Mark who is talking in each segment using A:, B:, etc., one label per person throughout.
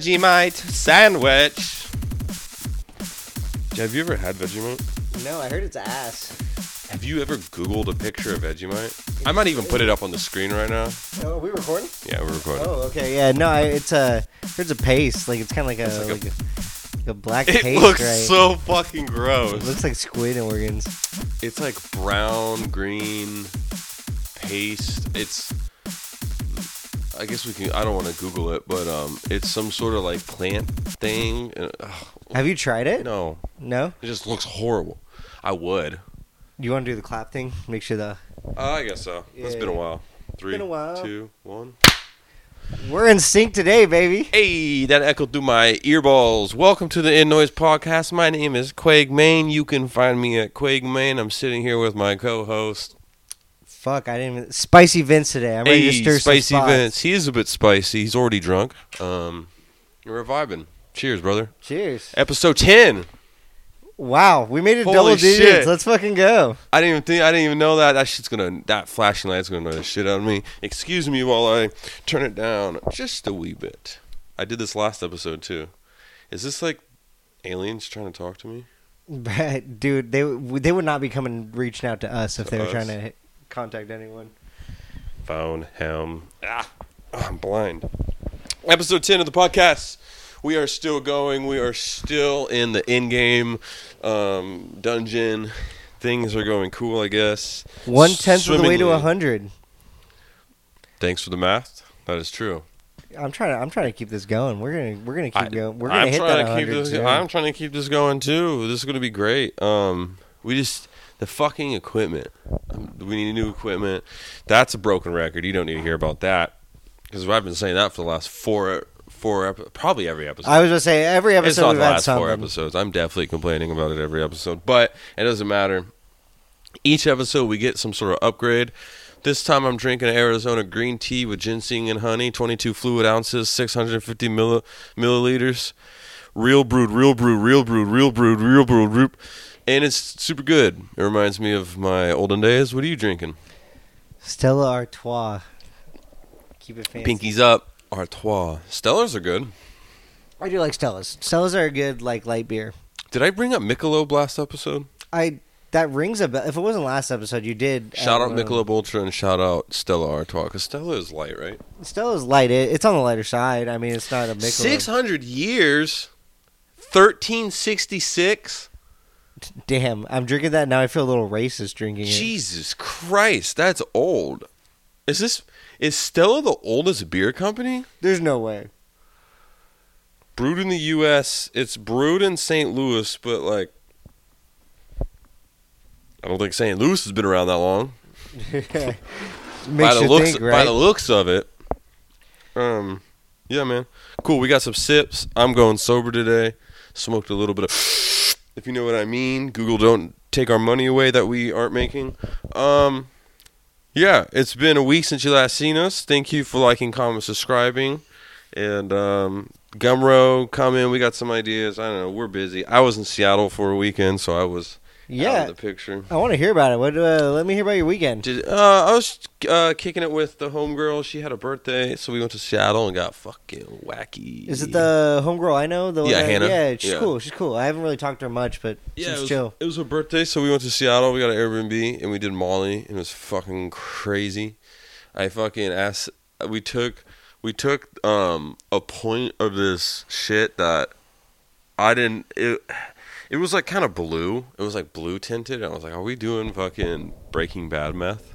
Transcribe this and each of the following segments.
A: Vegemite sandwich. Have you ever had Vegemite?
B: No, I heard it's ass.
A: Have you ever Googled a picture of Vegemite? I might even put it up on the screen right now.
B: Oh, are we recording?
A: Yeah, we're recording.
B: Oh, okay, yeah. No, I, it's a it's a paste. Like it's kind of like a like,
A: like
B: a, like a black
A: It
B: paste,
A: looks
B: right?
A: so fucking
B: it
A: gross.
B: looks like squid organs.
A: It's like brown, green paste. It's. I guess we can. I don't want to Google it, but um, it's some sort of like plant thing. Uh, ugh,
B: Have you tried it?
A: no,
B: No?
A: it just looks horrible. I would.
B: You want to do the clap thing? Make sure the
A: Uh, I guess so. It's been a while. Three, two, one.
B: been a while. we're in sync today, baby.
A: Hey, that echoed through my earballs. Welcome to the In Noise Podcast. My name is Quag Main. You can find me at Quag Main. I'm sitting here with my co-host,
B: Fuck, I didn't. Even, spicy Vince today. I'm ready to
A: hey,
B: stir some
A: Spicy
B: spots.
A: Vince. He is a bit spicy. He's already drunk. Um, we're vibing. Cheers, brother.
B: Cheers.
A: Episode ten.
B: Wow, we made it
A: Holy
B: double digits.
A: shit.
B: Let's fucking go.
A: I didn't even think. I didn't even know that. That shit's gonna. That flashing light's gonna annoy the shit out of me. Excuse me while I turn it down just a wee bit. I did this last episode too. Is this like aliens trying to talk to me?
B: But, Dude, they w- they would not be coming reaching out to us if
A: To
B: they were
A: us.
B: trying to hit- contact anyone.
A: Found him. Ah, I'm blind. Episode 10 of the podcast. We are still going. We are still in the in game um, dungeon. Things are going cool, I guess.
B: One tenth of the way to
A: Swimmingly.
B: a hundred.
A: Thanks for the math. That is true.
B: I'm trying to I'm trying to keep this going. We're gonna we're gonna keep
A: I-
B: going. We're gonna hit
A: trying
B: that
A: to keep
B: 100
A: this.
B: soon.
A: I'm trying to keep this going too. This is going to be great. Um, we just the fucking equipment. Um, We need new equipment. That's a broken record. You don't need to hear about that because I've been saying that for the last four four ep- probably every episode.
B: I was gonna say every
A: it's not
B: episode
A: the
B: we've had
A: last four
B: something.
A: episodes. I'm definitely complaining about it every episode, but it doesn't matter. Each episode we get some sort of upgrade. This time I'm drinking Arizona green tea with ginseng and honey, 22 fluid ounces, 650 milli- milliliters. Real brewed, real brewed, real brewed, real brewed, real brewed, real and it's super good. It reminds me of my olden days. What are you drinking?
B: Stella Artois. Keep it fancy.
A: Pinkies up, Artois. Stellars are good.
B: I do like Stellas. Stellas are a good like light beer.
A: Did I bring up Michelob last episode?
B: I that rings a bell. If it wasn't last episode, you did.
A: Shout
B: uh,
A: out Michelob Ultra and shout out Stella Artois because Stella is light, right?
B: Stella's light. It, it's on the lighter side. I mean, it's not a Michelob.
A: Six hundred years, thirteen sixty six.
B: Damn, I'm drinking that now. I feel a little racist drinking it.
A: Jesus Christ, that's old. Is this is Stella the oldest beer company?
B: There's no way.
A: Brewed in the U.S., it's brewed in St. Louis, but like, I don't think St. Louis has been around that long.
B: Makes
A: by the
B: you
A: looks,
B: think,
A: by
B: right?
A: the looks of it. Um, yeah, man. Cool. We got some sips. I'm going sober today. Smoked a little bit of, if you know what I mean. Google don't take our money away that we aren't making. Um, yeah, it's been a week since you last seen us. Thank you for liking, comment, subscribing, and um, Gumroad, come in. We got some ideas. I don't know. We're busy. I was in Seattle for a weekend, so I was out
B: yeah,
A: of the picture.
B: I want to hear about it. What? Uh, let me hear about your weekend.
A: Did uh, I was uh, kicking it with the homegirl. She had a birthday, so we went to Seattle and got fucking wacky.
B: Is it the homegirl I know? The one
A: Yeah,
B: that-
A: Hannah.
B: Yeah, she's
A: Yeah.
B: cool. She's cool. I haven't really talked to her much, but
A: Yeah, it
B: she's
A: was,
B: chill.
A: it was her birthday, so we went to Seattle. We got an Airbnb and we did Molly, and it was fucking crazy. I fucking asked. We took we took um a point of this shit that I didn't. It, it was like kind of blue. It was like blue tinted, and I was like, "Are we doing fucking Breaking Bad meth?"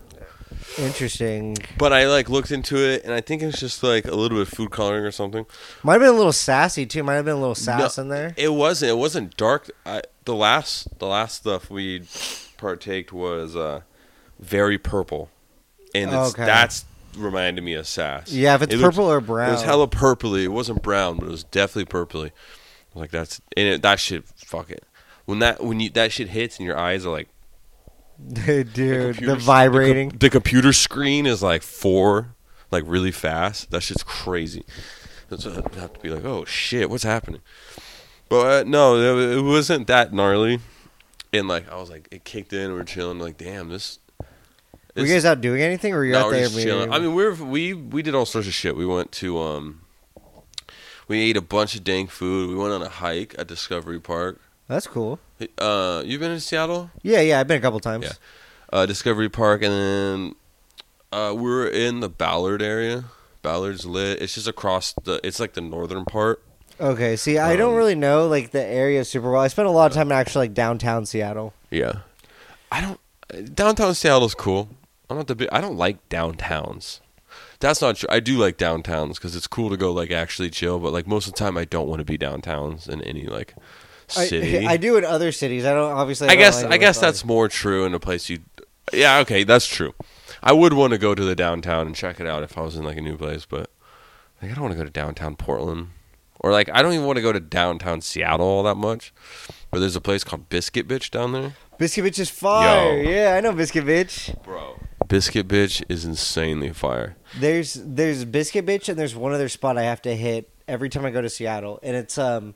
B: Interesting.
A: But I like looked into it, and I think it's just like a little bit of food coloring or something.
B: Might have been a little sassy too. Might have been a little sass
A: No,
B: in there.
A: It wasn't. It wasn't dark. I, the last, the last stuff we partaked was uh, very purple, and it's,
B: Okay.
A: that's reminded me of sass.
B: Yeah, if it's
A: It looked-
B: purple or
A: it
B: brown.
A: was hella purpley. It wasn't brown, but it was definitely purpley. I was Like that's and it, that shit. Fuck it. When that when you that shit hits and your eyes are like
B: Dude, the,
A: computer-
B: vibrating.
A: the computer screen is like four, like really fast. That shit's crazy. That's I have to be like, oh shit, what's happening? But uh, no, it wa- it wasn't that gnarly. And like I was like, it kicked in. We are chilling. Like damn, this.
B: were you
A: it's-
B: guys out doing anything, or were you
A: no,
B: out
A: we're
B: there?
A: just chilling.
B: meeting?
A: I mean, we're we we did all sorts of shit. We went to um, We ate a bunch of dank food. We went on a hike at Discovery Park.
B: That's cool.
A: Uh, you've been to Seattle?
B: Yeah, yeah. I've been a couple times.
A: Yeah. Uh, Discovery Park, and then uh, we were in the Ballard area. Ballard's lit. It's just across the. It's like the northern part.
B: Okay. See, I don't
A: Um,
B: really know like the area super well. I spent a lot of time in actually like downtown Seattle.
A: Yeah. I don't. Downtown Seattle's cool. I'm not the big. I don't like downtowns. That's not true. I do like downtowns because it's cool to go like actually chill. But like most of the time, I don't want to be downtowns in any like city.
B: I, I do in other cities. I don't obviously.
A: I
B: don't
A: guess
B: like
A: I
B: it
A: guess
B: with, like-
A: that's more true in a place you. Yeah, okay, that's true. I would want to go to the downtown and check it out if I was in like a new place, but like I don't want to go to downtown Portland or like I don't even want to go to downtown Seattle all that much. But there's a place called Biscuit Bitch down there.
B: Biscuit Bitch is fire.
A: Yo.
B: Yeah, I know Biscuit Bitch.
A: Bro, Biscuit Bitch is insanely fire.
B: There's there's Biscuit Bitch and there's one other spot I have to hit every time I go to Seattle, and it's um,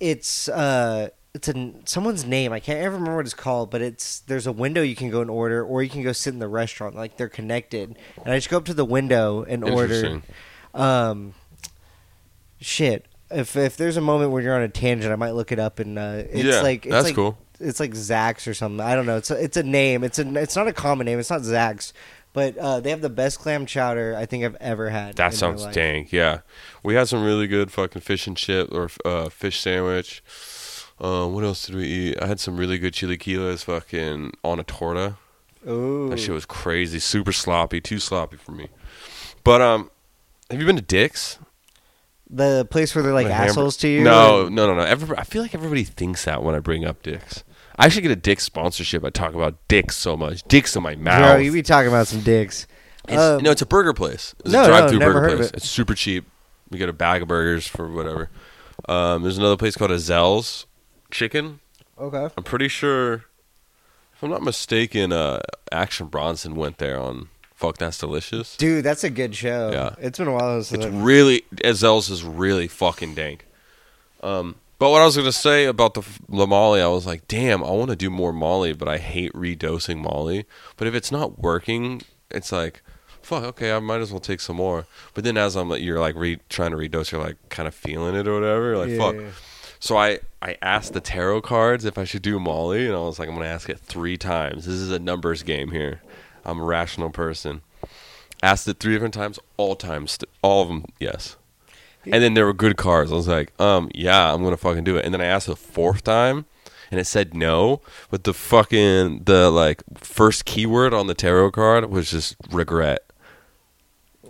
B: it's uh, it's an someone's name I can't ever remember what it's called, but it's there's a window you can go and order, or you can go sit in the restaurant like they're connected, and I just go up to the window and order.
A: Interesting.
B: Um, shit. If if there's a moment where you're on a tangent, I might look it up and uh, it's
A: yeah,
B: like it's
A: that's
B: like,
A: cool.
B: it's like Zax or something. I don't know. It's a, it's a name. It's a it's not a common name. It's not Zax, but uh, they have the best clam chowder I think I've ever had.
A: That
B: in my
A: sounds
B: life.
A: dank. Yeah, we had some really good fucking fish and chip or uh, fish sandwich. Uh, what else did we eat? I had some really good chilaquiles, fucking on a torta.
B: Ooh,
A: That shit was crazy, super sloppy, too sloppy for me. But um, have you been to Dick's?
B: the place where they're like
A: The hamburger-
B: assholes to you.
A: No,
B: and-
A: no, no, no. Everybody, I feel like everybody thinks that when I bring up Dick's. I should get a Dick's sponsorship. I talk about Dick's so much. Dick's in my mouth.
B: bro, you be talking about some dicks.
A: It's,
B: Um,
A: no, it's a burger place. It's
B: no,
A: a
B: no,
A: drive-through
B: never heard
A: burger
B: of
A: place.
B: it.
A: It's super cheap. You get a bag of burgers for whatever. Um, there's another place called Azel's Chicken.
B: okay.
A: I'm pretty sure, if I'm not mistaken, uh, Action Bronson went there on Fuck That's Delicious.
B: Dude, that's a good show.
A: Yeah.
B: it's been a while since.
A: It's
B: I-
A: really Azel's is really fucking dank. Um, but what I was gonna say about the f- La Molly, I was like, damn, I want to do more Molly, but I hate redosing Molly. But if it's not working, it's like, fuck, okay, I might as well take some more. But then as I'm like, you're like re- trying to redose, you're like kind of feeling it or whatever, you're like
B: Yeah,
A: fuck.
B: yeah.
A: So I I asked the tarot cards if I should do Molly, and I was like, I'm gonna ask it three times. This is a numbers game here. I'm a rational person. Asked it three different times, all times, st- all of them, yes. And then there were good cards. I was like, um, yeah, I'm gonna fucking do it. And then I asked the fourth time, and it said no. But the fucking the like first keyword on the tarot card was just regret.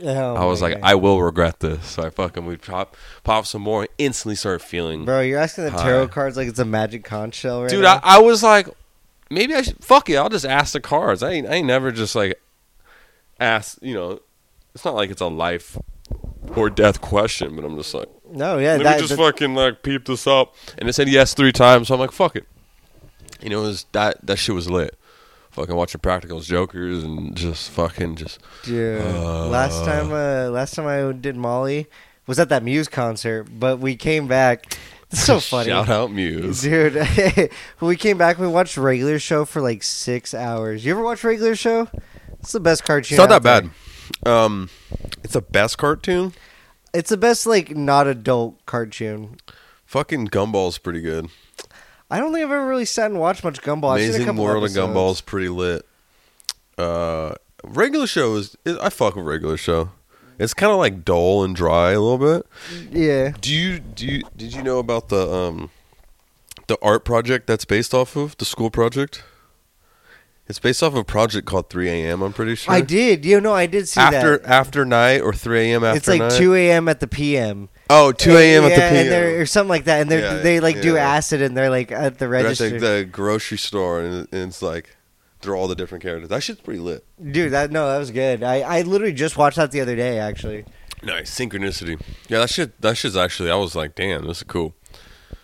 B: Oh
A: I was
B: my
A: like,
B: God.
A: I will regret this. So I fucking would pop pop some more. Instantly started feeling,
B: bro, you're asking the
A: Hi.
B: tarot cards like it's a magic conch shell, right?
A: dude.
B: now.
A: I, I was like, maybe I should fuck it. I'll just ask the cards. I ain't I ain't never just like ask. You know, it's not like it's a life or death question. But I'm just like.
B: no, yeah,
A: Let
B: that,
A: me just
B: that-
A: fucking like peep this up. And it said yes three times, so I'm like, fuck it. You know, it was that that shit was lit. Fucking watching Practicals Jokers and just fucking just
B: Dude,
A: Uh,
B: last time, uh, last time I did Molly was at that Muse concert, but we came back. It's so funny,
A: shout out Muse.
B: dude. when we came back, we watched regular show for like six hours. You ever watch regular show? It's the best cartoon.
A: It's not
B: out
A: that
B: there.
A: bad. Um, it's the best cartoon.
B: It's the best like not adult cartoon.
A: Fucking Gumball's pretty good.
B: I don't think I've ever really sat and watched much Gumball. I've seen a
A: Amazing
B: couple
A: World
B: episodes.
A: of Gumball's pretty lit. Uh, regular show is I fuck with regular show. It's kind of like dull and dry a little bit.
B: Yeah.
A: Do you do you did you know about the um the art project that's based off of the school project? It's based off of a project called 3 a.m. I'm pretty sure.
B: I did. You know, I did see
A: after
B: that.
A: after night or 3 a.m. after
B: It's like
A: night.
B: 2 a.m. at the p.m.
A: Oh, 2 a.m.
B: Yeah,
A: at the
B: and they're-
A: p.m.
B: or something like that. And they
A: Yeah,
B: are they like do
A: yeah.
B: acid, and they're like at the
A: They're at the,
B: register.
A: the grocery store and and it's like they're all the different characters. That shit's pretty lit.
B: Dude, that no, that was good. I, I literally just watched that the other day, actually.
A: Nice synchronicity. Yeah, that shit. That shit's actually. I was like, damn, this is cool.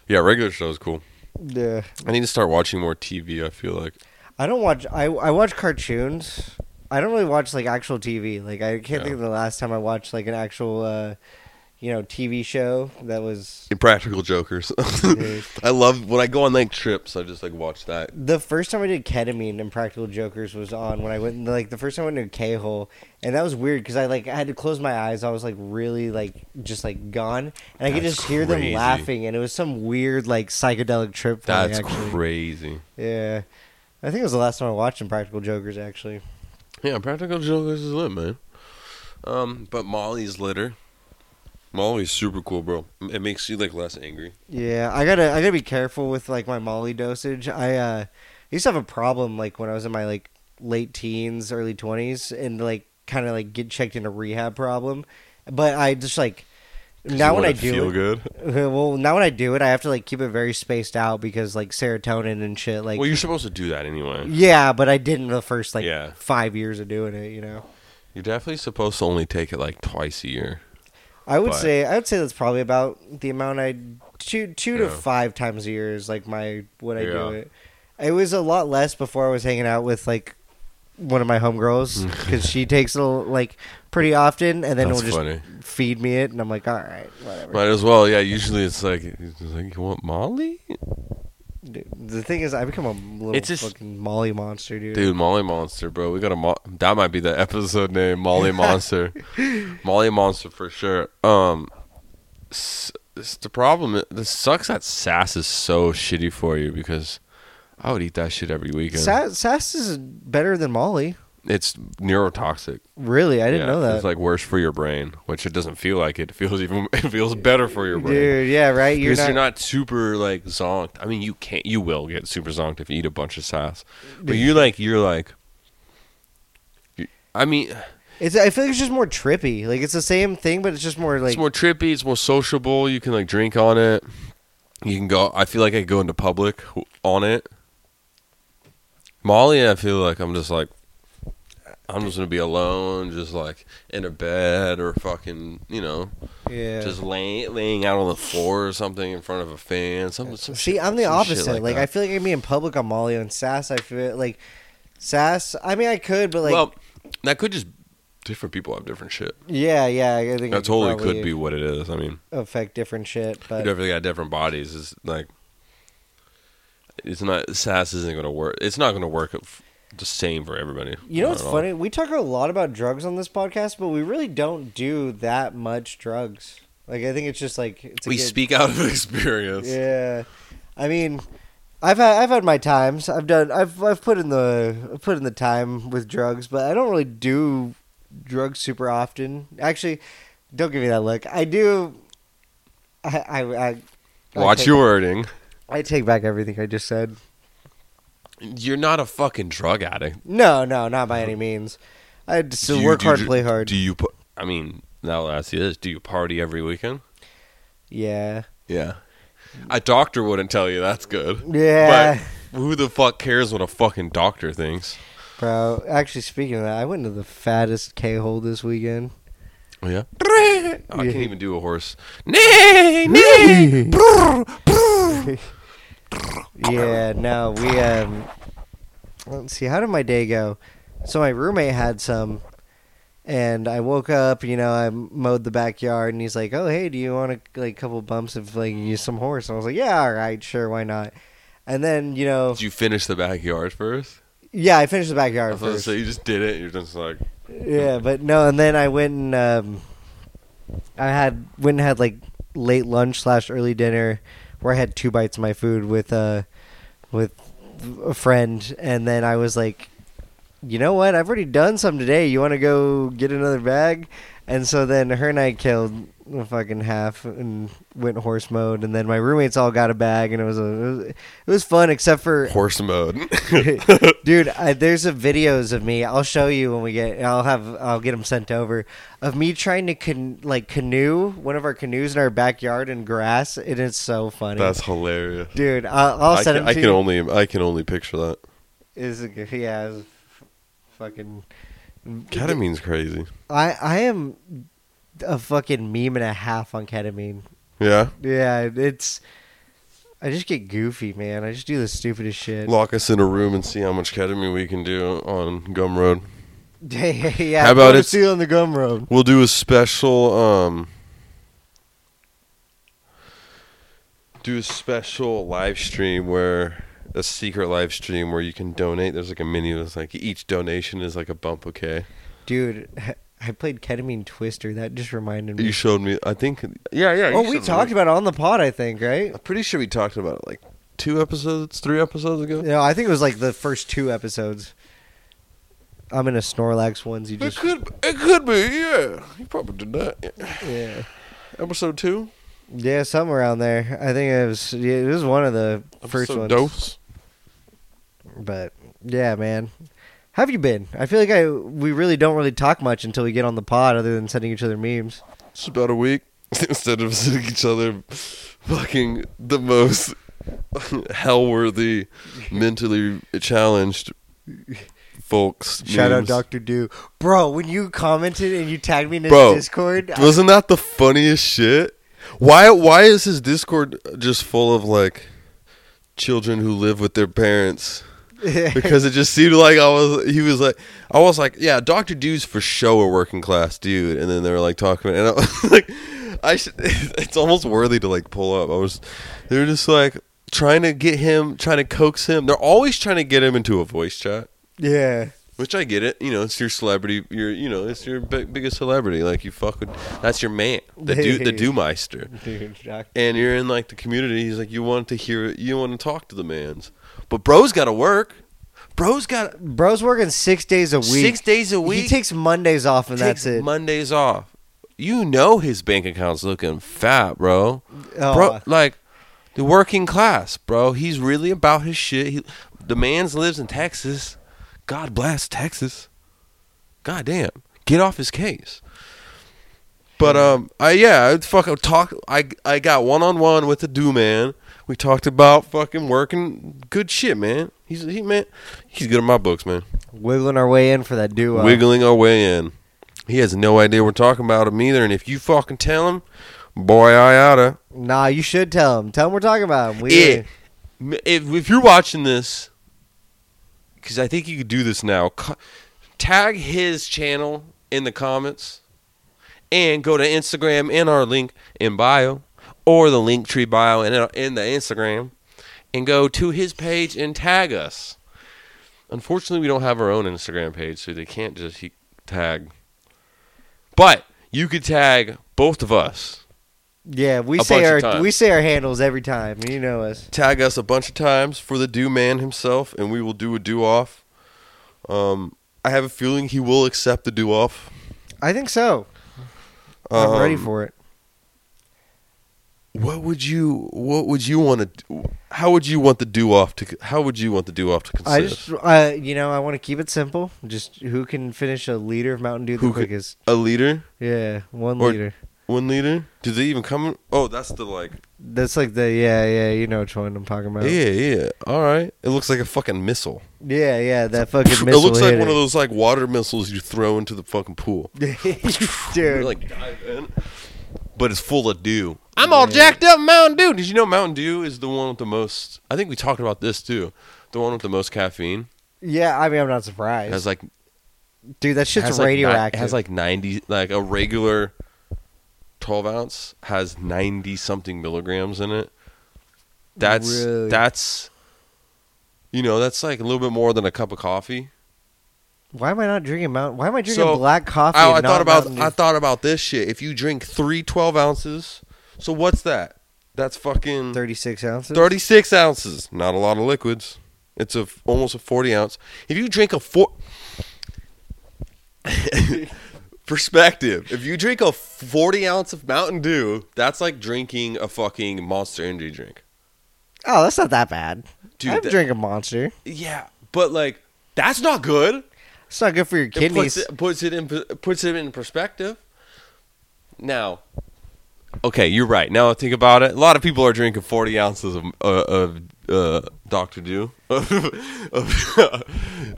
A: Yeah, regular show is cool.
B: Yeah,
A: I need to start watching more TV. I feel like.
B: I don't watch. I I watch cartoons. I don't really watch like actual TV. Like I
A: Yeah.
B: can't think of the last time I watched like an actual, uh, you know, TV show that was
A: Impractical Jokers. I love when I go on like trips. I just like watch that.
B: the first time I did ketamine and Practical Jokers was on when I went like the first time I went to K hole, and that was weird because I like I had to close my eyes. I was like really like just like gone, and I could
A: That's
B: just hear them
A: crazy.
B: laughing, and it was some weird like psychedelic trip. For
A: That's
B: me, actually.
A: crazy.
B: Yeah, I think it was the last time I watched Impractical Jokers. Actually,
A: Yeah, Practical Jokers is lit, man. Um, but Molly's litter. Molly's super cool, bro. It makes you like less angry.
B: yeah, I gotta I gotta be careful with like my Molly dosage. I uh used to have a problem like when I was in my like late teens, early twenties, and like kind of like get checked into rehab problem. But I just like
A: 'Cause
B: now
A: you
B: when
A: wanna
B: I do
A: feel
B: it,
A: good.
B: well now when I do it, I have to like keep it very spaced out because like serotonin and shit. Like
A: well, you're supposed to do that anyway.
B: yeah, but I didn't the first like
A: Yeah.
B: five years of doing it. You know.
A: You're definitely supposed to only take it like twice a year.
B: I would
A: But-
B: say I would say that's probably about the amount I two two to
A: Yeah.
B: five times a year is like my what I do
A: Yeah.
B: it. It was a lot less before I was hanging out with like one of my homegirls because she takes it like pretty often, and then
A: That's
B: will just
A: funny.
B: feed me it, and I'm like, all right, whatever.
A: Might as well. Yeah, usually it's like, it's like you want Molly?
B: Dude, the thing is, I become a little
A: It's just-
B: fucking Molly monster, dude.
A: Dude, Molly Monster, bro. We got a mo- that might be the episode name, Molly Monster. Molly Monster for sure. Um s- s- the problem the sucks that sass is so shitty for you because I would eat that shit every weekend.
B: Sa- Sass is better than Molly.
A: it's neurotoxic.
B: Really, I didn't
A: Yeah,
B: know that.
A: It's like worse for your brain, which it doesn't feel like it. It feels even it feels better for your brain.
B: Dude, yeah, right.
A: because you're not super like zonked. I mean, you can't. You will get super zonked if you eat a bunch of sass. But you're like, you're like. you- I mean,
B: It's. I feel like it's just more trippy. Like it's the same thing, but it's just more like
A: it's more trippy. It's more sociable. You can like drink on it. You can go. I feel like I go into public w- on it. Molly, I feel like I'm just like, I'm just gonna be alone, just like in a bed or fucking, you know,
B: yeah.
A: just laying laying out on the floor or something in front of a fan. Something. Some
B: See,
A: shit-
B: I'm the
A: some shit
B: opposite. Like,
A: that.
B: I feel like I can be in public on Molly and Sass. I feel like Sass. I mean, I could, but like,
A: well, that could just different people have different shit.
B: yeah, yeah. I think
A: That
B: it
A: totally
B: probably
A: could be what it is. I mean,
B: affect different shit.
A: you
B: But
A: definitely got different bodies. It's like it's not sass isn't gonna work. It's not gonna work f- the same for everybody.
B: you know
A: Not
B: what's
A: at all.
B: funny? We talk a lot about drugs on this podcast, but we really don't do that much drugs. Like, I think it's just like it's a
A: We
B: good-
A: speak out of experience.
B: Yeah, I mean, I've had I've had my times. I've done I've I've put in the I've put in the time with drugs, but I don't really do drugs super often. Actually, don't give me that look. I do. I I, I
A: Watch
B: I take,
A: your wording.
B: I take back everything I just said.
A: You're not a fucking drug addict.
B: No, no, not by any means. I just
A: Uh-huh. Do you-
B: work
A: do
B: hard,
A: you-
B: play hard.
A: Do you? pa- I mean, now that I see this, do you party every weekend?
B: yeah,
A: Yeah. A doctor wouldn't tell you that's good.
B: yeah,
A: But who the fuck cares what a fucking doctor thinks?
B: bro. Actually, speaking of that, I went to the fattest K hole this weekend.
A: Oh, yeah. I can't even do a horse. Nay,
B: nay,
A: nay.
B: Yeah, no, we um let's see, how did my day go? So my roommate had some and I woke up, you know, I mowed the backyard and he's like, Oh hey, do you want a like couple bumps of like use some horse? And I was like, Yeah, all right, sure, why not? And then, you know
A: Did you finish the backyard first?
B: Yeah, I finished the
A: I
B: backyard
A: was gonna
B: first.
A: say you just did it. You're just like,
B: Yeah, but no, and then I went and um, I had went and had like late lunch slash early dinner, where I had two bites of my food with uh with a friend, and then I was like, you know what, I've already done some today. You want to go get another bag? And so then her and I killed a fucking half and went horse mode, and then my roommates all got a bag, and it was a it was, it was fun except for
A: horse mode.
B: dude I, there's a videos of me i'll show you when we get i'll have i'll get them sent over of me trying to can like canoe one of our canoes in our backyard in grass it is so funny
A: That's hilarious.
B: dude i'll, I'll
A: I
B: send
A: can,
B: them
A: I
B: to
A: can
B: you
A: only I can only picture that.
B: is yeah it's fucking
A: Ketamine's crazy.
B: i i am a fucking meme and a half on ketamine
A: Yeah,
B: yeah it's i just get goofy man i just do the stupidest shit
A: lock us in a room and see how much ketamine we can do on Gumroad.
B: yeah
A: How about
B: go to
A: it's-
B: see you on the gum road
A: We'll do a special. Um, do a special live stream where a secret live stream where you can donate. There's like a menu. It's like each donation is like a bump bouquet.
B: Dude, I played ketamine twister. That just reminded
A: You
B: me.
A: showed me. I think. Yeah, yeah.
B: Oh, we talked about it on the pod, I think, right?
A: I'm pretty sure we talked about it like two episodes, three episodes ago.
B: No, I think it was like the first two episodes. I'm in a Snorlax onesie.
A: It
B: Just
A: could. It could be. Yeah. You probably did that. Yeah.
B: yeah,
A: Episode two.
B: yeah, somewhere around there. I think it was. Yeah, it was one of the first
A: episode
B: ones.
A: Dose.
B: But yeah, man, how have you been? I feel like I we really don't really talk much until we get on the pod, other than sending each other memes.
A: It's about a week instead of seeing each other fucking the most hell worthy, mentally challenged folks.
B: Shout out
A: memes.
B: Doctor Do, bro. When you commented and you tagged me in his
A: Bro,
B: Discord, I-
A: Wasn't that the funniest shit? Why why is his Discord just full of like children who live with their parents? Because it just seemed like I was he was like I was like, Yeah, Doctor Dude's for show a working class dude and then they were like talking and I was like I should it's almost worthy to like pull up. I was they were just like trying to get him, trying to coax him. They're always trying to get him into a voice chat.
B: yeah,
A: Which I get it, you know, it's your celebrity, your you know, it's your big, biggest celebrity. Like you fuck with, that's your man, the do the do meister,
B: dude, Doc-
A: and you're in like the community. He's like, you want to hear, it, you want to talk to the man's, but bro's got to work, bro's got
B: bro's working six days a week.
A: six days a
B: He
A: week.
B: takes Mondays off, and
A: takes
B: that's it.
A: Mondays off. You know his bank account's looking fat, bro.
B: Oh,
A: Bro, like the working class, bro. He's really about his shit. He, the man's lives in Texas. God bless Texas. God damn. Get off his case. But um, I yeah, I fuck. I talk. I I got one on one with the do man. We talked about fucking working good shit, man. He's he man. He's good at my books, man.
B: wiggling our way in for that duo.
A: Wiggling our way in. He has no idea we're talking about him either. And if you fucking tell him, boy, I oughta.
B: Nah, you should tell him. Tell him we're talking about him. We,
A: it, m- if, if you're watching this, because I think you could do this now, co- tag his channel in the comments and go to Instagram in our link in bio or the link tree bio in, in the Instagram and go to his page and tag us. Unfortunately, we don't have our own Instagram page, so they can't just he- tag. But you could tag both of us.
B: yeah, we
A: A
B: say
A: bunch of
B: our
A: times.
B: we say our handles every time. You know us.
A: tag us a bunch of times for the do man himself, and we will do a do off. Um, I have a feeling he will accept the do off.
B: I think so.
A: Um,
B: I'm ready for it.
A: What would you What would you want to? How would you want the do off to? How would you want the do off to consist?
B: I just, uh, you know, I want to keep it simple. Just who can finish a liter of Mountain Dew the
A: Who could-
B: quickest?
A: a liter,
B: Yeah, one
A: Or-
B: liter.
A: one liter. Do they even come? Oh, that's the like.
B: That's like the yeah, yeah. You know which one I'm talking about.
A: Yeah, yeah. All right. It looks like a fucking missile.
B: yeah. yeah, that fucking
A: it
B: missile.
A: looks like
B: hit
A: one of
B: it.
A: those like water missiles you throw into the fucking pool.
B: Dude,
A: like dive in. But it's full of dew. I'm all jacked up Mountain Dew. Did you know Mountain Dew is the one with the most? I think we talked about this too. The one with the most caffeine
B: yeah. I mean, I'm not
A: It
B: surprised,
A: has like
B: dude. That shit's
A: has like ni-
B: radioactive.
A: it has like ninety, like a regular twelve ounce has ninety something milligrams in it. That's
B: Really?
A: that's you know that's like a little bit more than a cup of coffee.
B: Why am I not drinking Mountain? Why am I drinking
A: So,
B: black coffee?
A: I,
B: and
A: I
B: not
A: thought about
B: Mountain Dew?
A: I thought about this shit. If you drink three 12 ounces, so what's that? That's fucking
B: 36 ounces.
A: 36 ounces. Not a lot of liquids. It's a almost a 40 ounce. If you drink a four perspective, if you drink a 40 ounce of Mountain Dew, that's like drinking a fucking Monster Energy drink.
B: Oh, that's not that bad.
A: Dude,
B: I'm
A: that-
B: drinking Monster.
A: Yeah, but like that's not good.
B: It's not good for your
A: It
B: kidneys.
A: puts it, puts it in puts it in perspective. Now, okay, you're right. Now I think about it. A lot of people are drinking 40 ounces of uh, of uh, Doctor Dew, of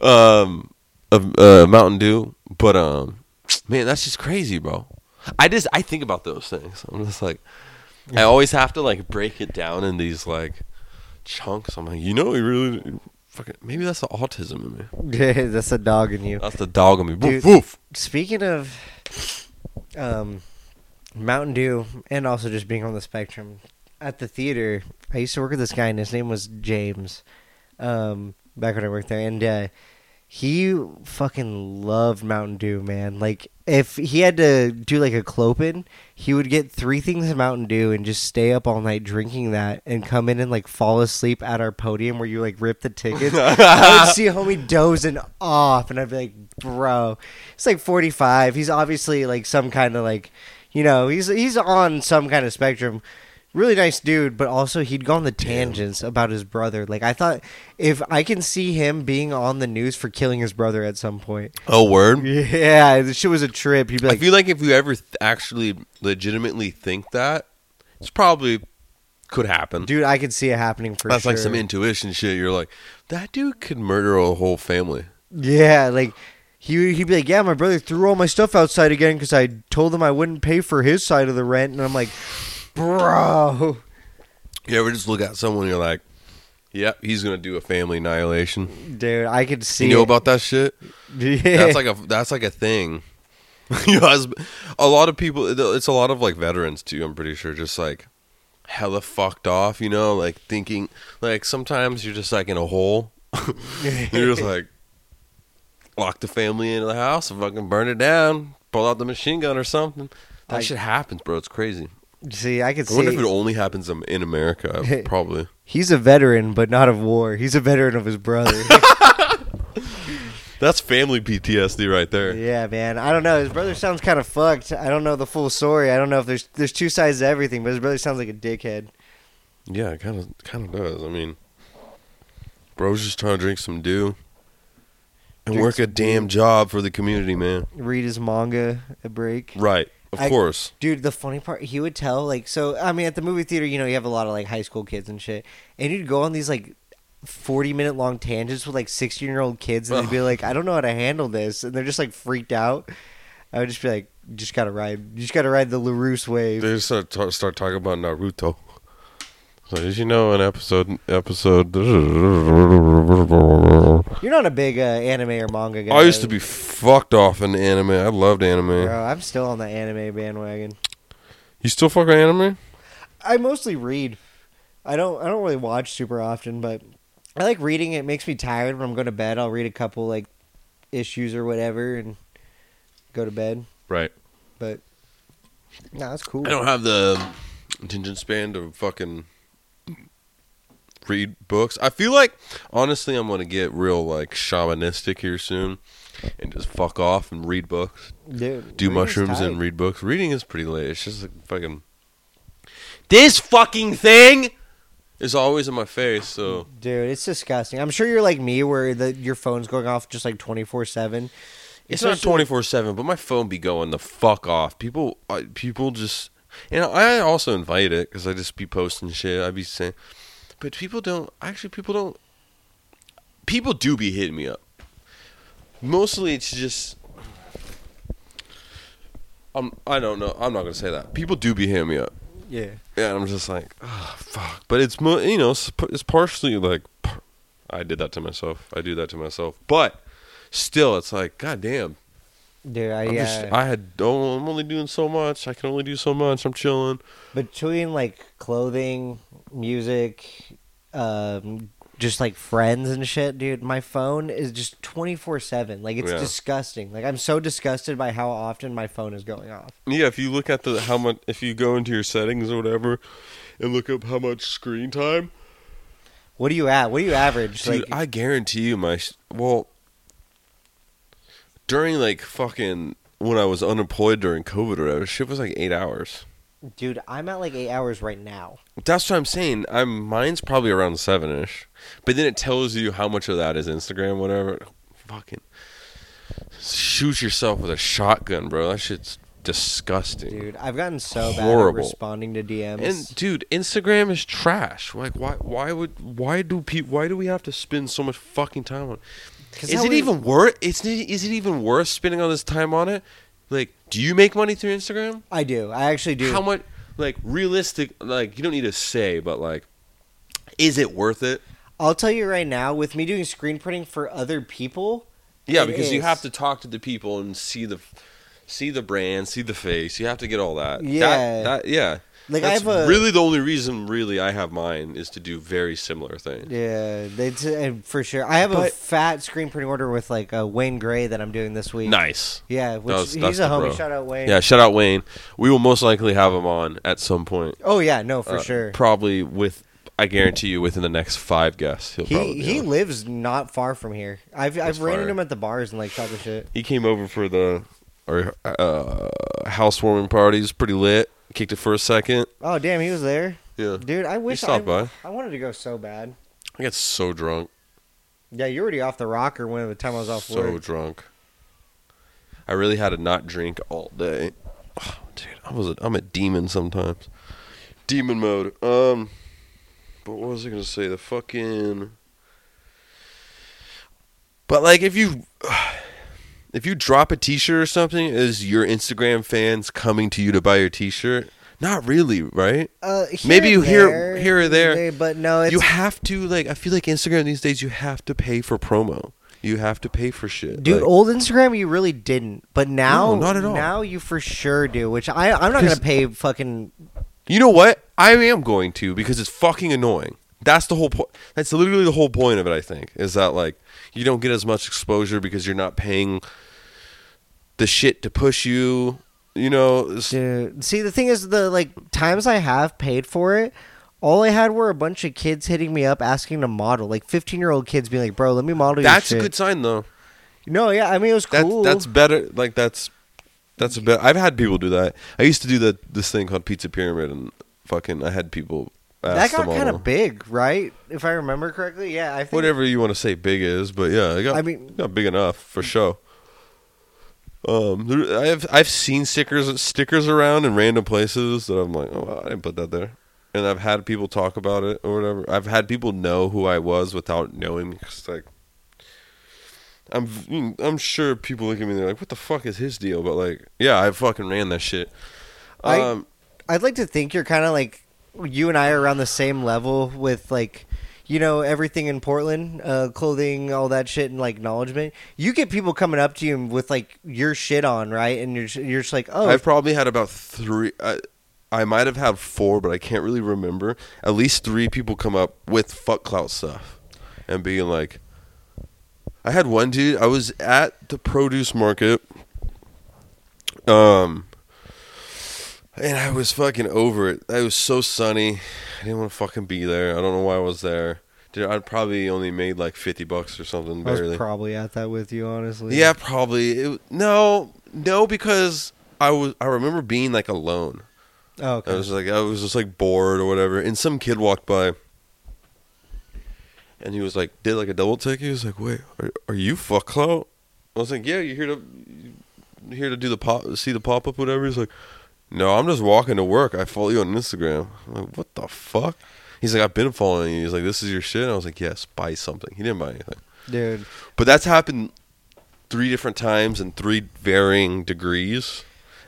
A: um, of uh, Mountain Dew, but um, man, that's just crazy, bro. I just I think about those things. I'm just like, I always have to like break it down in these like chunks. I'm like, you know, you really fucking maybe that's the autism in me.
B: that's a dog in you.
A: That's the dog in me. Woof
B: Dude.
A: woof.
B: Speaking of um, Mountain Dew and also just being on the spectrum, at the theater, I used to work with this guy, and his name was James. Um, back when I worked there, and uh, he fucking loved Mountain Dew, man. Like if he had to do like a clopin, he would get three things of Mountain Dew and just stay up all night drinking that, and come in and like fall asleep at our podium where you like rip the tickets. I would see homie dozing off, and I'd be like, bro, he's like forty five. He's obviously like some kind of like, you know, he's he's on some kind of spectrum really nice dude, but also he'd gone the tangents about his brother. Like I thought, if I can see him being on the news for killing his brother at some point,
A: Oh, word.
B: yeah, this shit was a trip. He'd be
A: I
B: like,
A: feel like if you ever th- actually legitimately think that, it's probably could happen.
B: dude, I could see it happening for
A: That's
B: sure.
A: like some intuition shit. You're like, that dude could murder a whole family.
B: yeah, like. He, he'd be like, yeah, my brother threw all my stuff outside again because I told him I wouldn't pay for his side of the rent, and I'm like, bro,
A: You ever just look at someone and you're like, yep, he's gonna do a family annihilation.
B: dude, I could see.
A: You know
B: it.
A: about that shit?
B: Yeah.
A: That's like a that's like a thing. Your husband, a lot of people. It's a lot of like veterans too. I'm pretty sure, just like hella fucked off. You know, like thinking like sometimes you're just like in a hole. you're just like lock the family into the house, and fucking burn it down, pull out the machine gun or something. That
B: Like-
A: shit happens, bro. It's crazy.
B: see, I could
A: I wonder if
B: see.
A: it only happens in in America. Probably.
B: He's a veteran, but not of war. He's a veteran of his brother.
A: That's family PTSD right there.
B: Yeah, man. I don't know. His brother sounds kind of fucked. I don't know the full story. I don't know if there's there's two sides to everything, but his brother sounds like a dickhead.
A: Yeah, it kind of kind of does. I mean, bro's just trying to drink some dew and
B: Drink
A: work a damn job for the community, man.
B: Read his manga a break.
A: Right, of
B: I-
A: course.
B: Dude, the funny part, he would tell like so I mean at the movie theater, you know, you have a lot of like high school kids and shit. And you'd go on these like 40 minute long tangents with like 16 year old kids and they'd be like, "I don't know how to handle this." And they're just like freaked out. I would just be like, "You "Just got to ride. You just got to ride the LaRousse wave."
A: They just start, ta- start talking about Naruto. So did you know an episode episode? I
B: You're not a big uh, anime or manga guy.
A: used to be fucked off in anime. I loved anime.
B: Bro, I'm still on the anime bandwagon.
A: You still fuck with anime?
B: I mostly read. I don't I don't really watch super often, but I like reading. It makes me tired when I'm going to bed. I'll read a couple like issues or whatever and go to bed.
A: Right.
B: But nah, that's cool.
A: I don't have the attention span to fucking read books. I feel like honestly I'm gonna get real like shamanistic here soon and just fuck off and read books.
B: Dude,
A: Do
B: reading's
A: mushrooms and
B: tight.
A: read books. Reading is pretty late. It's just like fucking This fucking thing is always in my face, so
B: Dude, it's disgusting. I'm sure you're like me, where the your phone's going off just like 24 seven.
A: it's not twenty four seven, but my phone be going the fuck off. People, I, people just, and I also invite it because I just be posting shit. I be saying, but people don't actually. People don't. People do be hitting me up. Mostly, it's just. I'm. I don't know. I'm not gonna say that. People do be hitting me up.
B: Yeah.
A: Yeah, I'm just like, oh, fuck. But it's mo- you know, it's p- it's partially like, par- I did that to myself. I do that to myself. But still, it's like, goddamn.
B: Dude, I, uh,
A: I'm
B: yeah.
A: just, I had, oh, I'm only doing so much. I can only do so much. I'm chilling.
B: between like clothing, music, um, just like friends and shit, dude. My phone is just twenty four seven. Like it's
A: Yeah.
B: disgusting. Like I'm so disgusted by how often my phone is going off.
A: Yeah, if you look at the how much, if you go into your settings or whatever, and look up how much screen time,
B: What do you at? What do you average?
A: dude,
B: like
A: I guarantee you, my s- well, during like fucking when I was unemployed during COVID or whatever, shit was like eight hours.
B: dude, I'm at like eight hours right now.
A: That's what I'm saying. I'm mine's probably around seven ish, but then it tells you how much of that is Instagram, whatever. Fucking shoot yourself with a shotgun, bro. That shit's disgusting.
B: Dude, I've gotten so bad
A: Horrible.
B: at responding to DMs.
A: And dude, Instagram is trash. Like, why? Why would? Why do people? Why do we have to spend so much fucking time on?
B: 'Cause
A: Is
B: how
A: it
B: we-
A: even worth? Is it? Is it even worth spending all this time on it? Like, do you make money through Instagram?
B: I do. I actually do.
A: How much? Like, realistic? Like, you don't need to say, but like, is it worth it?
B: I'll tell you right now, with me doing screen printing for other people,
A: Yeah,
B: It
A: because you
B: is.
A: have to talk to the people and see the see the brand, see the face. You have to get all that. That-
B: Yeah.
A: that- yeah.
B: Like
A: That's
B: I have a
A: really the only reason really I have mine is to do very similar things.
B: yeah, it's, and for sure. I have a
A: But-
B: fat screen printing order with like uh, Wayne Gray that I'm doing this week.
A: Nice.
B: Yeah, which
A: That's-
B: he's
A: that's
B: a
A: the
B: homie.
A: bro.
B: Shout out Wayne.
A: Yeah, shout out Wayne. We will most likely have him on at some point.
B: Oh yeah, no for
A: Uh,
B: sure.
A: Probably with I guarantee you within the next five guests he'll probably
B: He
A: be
B: he
A: on.
B: lives not far from here. I've I've
A: That's
B: ran
A: fire.
B: into him at the bars and like shot the shit.
A: he came over for the our uh, housewarming party. It was pretty lit. Kicked it for a second.
B: Oh damn, he was there,
A: Yeah,
B: dude. I wish I
A: stopped by.
B: I wanted to go so bad.
A: I got so drunk,
B: Yeah, you were already off the rocker when the time I was off
A: so
B: work.
A: drunk. I really had to not drink all day. Oh, dude, I was a, I'm a demon sometimes. Demon mode. Um, but what was I gonna say? The fucking. But like, if you if you drop a T-shirt or something, is your Instagram fans coming to you to buy your T-shirt? Not really, right?
B: Uh, here
A: Maybe you
B: and
A: hear-
B: there,
A: here or there.
B: but no, it's
A: you have to like. I feel like Instagram these days. You have to pay for promo. You have to pay for shit,
B: Dude,
A: Like,
B: old Instagram, you really didn't, but now,
A: No, not at all.
B: Now you for sure do, which I I'm not gonna
A: 'Cause-
B: pay fucking.
A: you know what? I am going to because it's fucking annoying. That's the whole point. That's literally the whole point of it. I think is that like you don't get as much exposure because you're not paying the shit to push you. You know, it's-
B: Dude, see the thing is the like times I have paid for it, all I had were a bunch of kids hitting me up asking to model, like 15 year old kids being like, "Bro, let me model."
A: that's a
B: your shit.
A: good sign though.
B: No, yeah, I mean it was
A: That,
B: cool.
A: That's better. Like that's that's a bit. I've had people do that. I used to do that this thing called Pizza Pyramid, and fucking I had people.
B: that
A: Ask
B: got
A: kind of
B: big, right? If I remember correctly, yeah, I think.
A: whatever you want to say big is, but yeah, it got,
B: I mean-
A: it got big enough for show. Um, there- I've I've seen stickers stickers around in random places that I'm like, oh, wow, I didn't put that there, and I've had people talk about it or whatever. I've had people know who I was without knowing me. 'cause, like, I'm mm, I'm sure people look at me and they're like, what the fuck is his deal? But like, yeah, I fucking ran that shit.
B: I-
A: Um,
B: I'd like to think you're kind of like you and I are around the same level with like you know everything in Portland, uh, clothing, all that shit, and like acknowledgement. You get people coming up to you with like your shit on, right? And you're just- you're just like, oh,
A: I've probably had about three. I, I might have had four, but I can't really remember. At least three people come up with fuck clout stuff and being like, I had one dude. I was at the produce market. Um. And I was fucking over it. It was so sunny. I didn't want to fucking be there. I don't know why I was there. Dude, I probably only made like fifty bucks or something.
B: I was
A: Barely.
B: probably at that with you, honestly.
A: Yeah, probably. It, no, no, because I was. I remember being like alone.
B: Oh, okay.
A: I was like, I was just like bored or whatever. And some kid walked by, and he was like, did like a double take. He was like, "Wait, are, are you fuck clout?" I was like, "Yeah, you here to you here to do the pop, see the pop up, whatever." He's like, "No, I'm just walking to work. I follow you on Instagram." I'm like, "What the fuck?" He's like, "I've been following you." He's like, "This is your shit." And I was like, "Yes, buy something." He didn't buy anything.
B: dude.
A: But that's happened three different times in three varying degrees.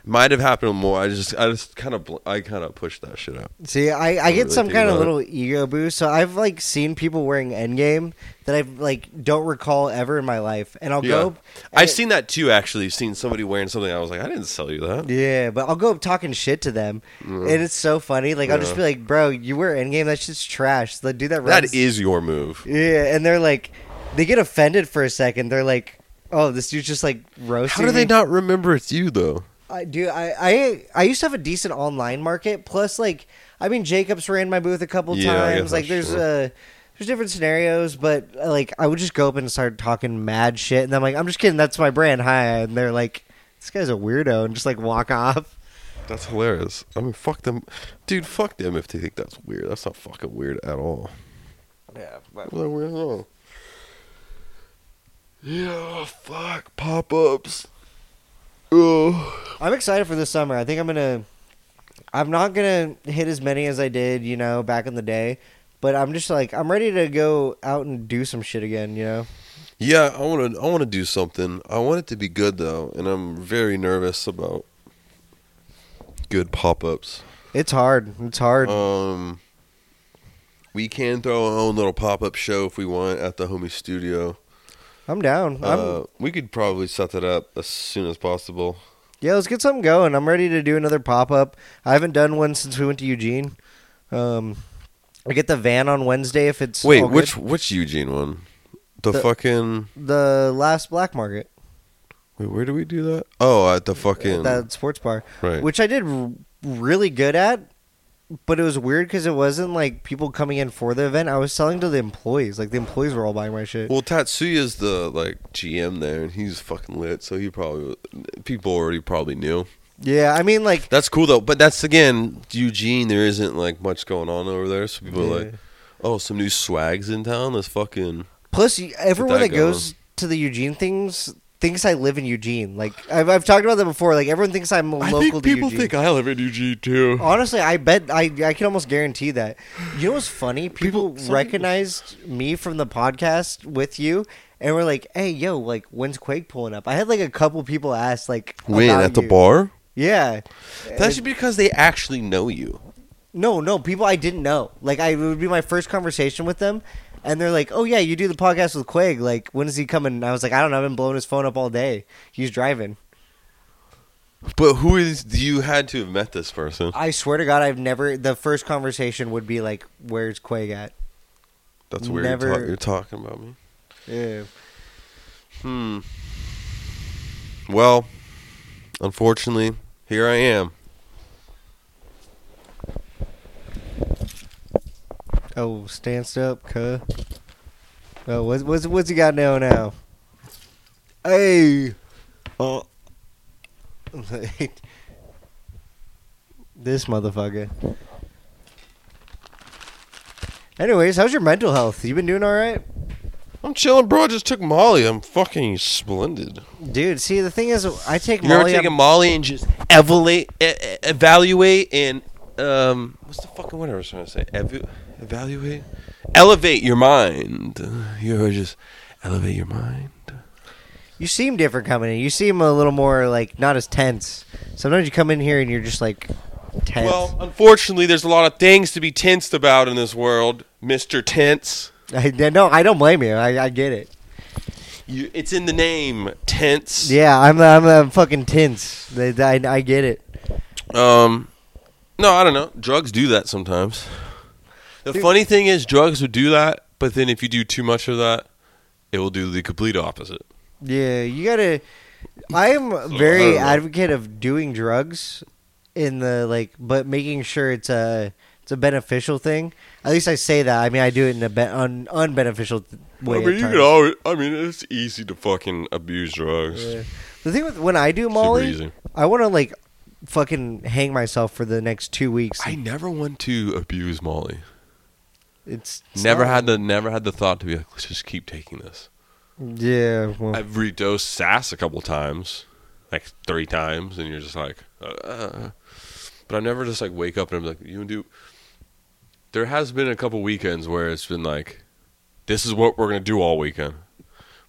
A: Might have happened more. I just, I just kind of, bl- I kind of pushed that shit out.
B: See, I, I
A: Don't
B: get
A: really
B: some
A: think
B: kind of
A: about it.
B: little ego boost. So I've like seen people wearing Endgame that I've like don't recall ever in my life, and I'll go.
A: I've
B: and-
A: seen that too. Actually, seen somebody wearing something. I was like, I didn't sell you that.
B: Yeah, but I'll go up talking shit to them, and it's so funny. Like I'll just
A: Yeah.
B: be like, "Bro, you wear Endgame. That shit's trash. The dude that runs."
A: That is your move.
B: Yeah, and they're like, they get offended for a second. They're like, "Oh, this dude's just like
A: How
B: roasting."
A: do they
B: me."
A: not remember it's you though?
B: I do. I, I I used to have a decent online market. Plus, like, I mean, Jacobs ran my booth a couple
A: Yeah, I guess
B: times.
A: that's
B: Like, there's
A: true.
B: uh, there's different scenarios, but uh, like, I would just go up and start talking mad shit, and I'm like, "I'm just kidding. That's my brand." Hi, and they're like, "This guy's a weirdo," and just like walk off.
A: That's hilarious. I mean, fuck them, dude. Fuck them if they think that's weird. That's not fucking weird at all.
B: Yeah,
A: Not weird at all. Yeah, fuck pop ups. Oh.
B: I'm excited for this summer. I think I'm gonna. I'm not gonna hit as many as I did, you know, back in the day. But I'm just like I'm ready to go out and do some shit again, you know.
A: Yeah, I want to. I want to do something. I want it to be good though, and I'm very nervous about good pop-ups.
B: It's hard. It's hard.
A: Um, we can throw our own little pop-up show if we want at the homie studio.
B: I'm down. I'm,
A: Uh, we could probably set that up as soon as possible.
B: Yeah, let's get something going. I'm ready to do another pop up. I haven't done one since we went to Eugene. Um, I get the van on Wednesday if it's
A: Wait,
B: all good.
A: which which Eugene one? The,
B: The-
A: fucking.
B: the last black market
A: Wait, where do we do that? Oh, at the fucking.
B: that sports bar,
A: right.
B: which I did r- really good at, but it was weird because it wasn't like people coming in for the event. I was selling to the employees. Like the employees were all buying my shit.
A: Well, Tatsuya's the like GM there, and he's fucking lit. So he probably people already probably knew.
B: yeah, I mean like
A: That's cool though. But that's again Eugene. There isn't like much going on over there, so people are
B: Yeah.
A: like, "Oh, some new swags in town." Let's fucking
B: Plus, y- everyone
A: that
B: that goes to the Eugene things thinks I live in Eugene. Like I've, I've talked about that before. Like everyone thinks I'm local to Eugene. Oh,
A: I live in Eugene too.
B: Honestly, I bet I I can almost guarantee that. You know what's funny? People,
A: some people-
B: recognized me from the podcast with you, and were like, "Hey, yo, like when's Quake pulling up?" I had like a couple people ask like,
A: When
B: about
A: at the
B: you.
A: bar?
B: Yeah,
A: That's because they actually know you.
B: no, no, people I didn't know. Like I it would be my first conversation with them, and they're like, "Oh yeah, you do the podcast with Quig. Like when is he coming?" And I was like, "I don't know. I've been blowing his phone up all day. He's driving."
A: But who is you had to have met this person?
B: I swear to God, I've never. The first conversation would be like, "Where's Quig at?"
A: That's weird.
B: Never-
A: You're, ta- you're talking about me.
B: Yeah.
A: Hmm. Well, unfortunately, here I am.
B: Oh, stands up, cuh. Oh, what's what's what's he got now now? Hey.
A: Oh.
B: this motherfucker. Anyways, how's your mental health? You been doing all right?
A: I'm chilling, bro. I just took Molly. I'm fucking splendid.
B: Dude, see the thing is I take
A: You're
B: Molly
A: taking
B: I'm-
A: Molly and just evaluate, e- e- evaluate, and um, what's the fucking word I was trying to say? Evu- evaluate, elevate your mind. You're just elevate your mind.
B: you seem different coming in. You seem a little more like not as tense. Sometimes you come in here and you're just like tense.
A: Well, unfortunately, there's a lot of things to be tensed about in this world, Mister Tense.
B: I, no, I don't blame you. I, I get it.
A: You, it's in the name, tense.
B: Yeah, I'm the, I'm the fucking tense. They- I, I get it.
A: Um, no, I don't know. Drugs do that sometimes. The
B: Dude.
A: funny thing is, drugs would do that, but then if you do too much of that, it will do the complete opposite.
B: Yeah, you gotta. I am
A: I don't
B: very
A: know.
B: advocate of doing drugs, in the like, but making sure it's a it's a beneficial thing. At least I say that. I mean, I do it in a be- un- unbeneficial th- way.
A: I
B: at
A: mean, you
B: times.
A: could always. I mean, it's easy to fucking abuse drugs.
B: Yeah. The thing with when I do
A: Super
B: Molly,
A: easy.
B: I want to like fucking hang myself for the next two weeks.
A: I never want to abuse Molly.
B: it's, it's
A: Never
B: not-
A: had the never had the thought to be like, let's just keep taking this.
B: Yeah, well,
A: I've redosed Sass a couple times, like three times, and you're just like, uh, uh. but I never just like wake up and I'm like, you wanna do. There has been a couple weekends where it's been like, this is what we're gonna do all weekend,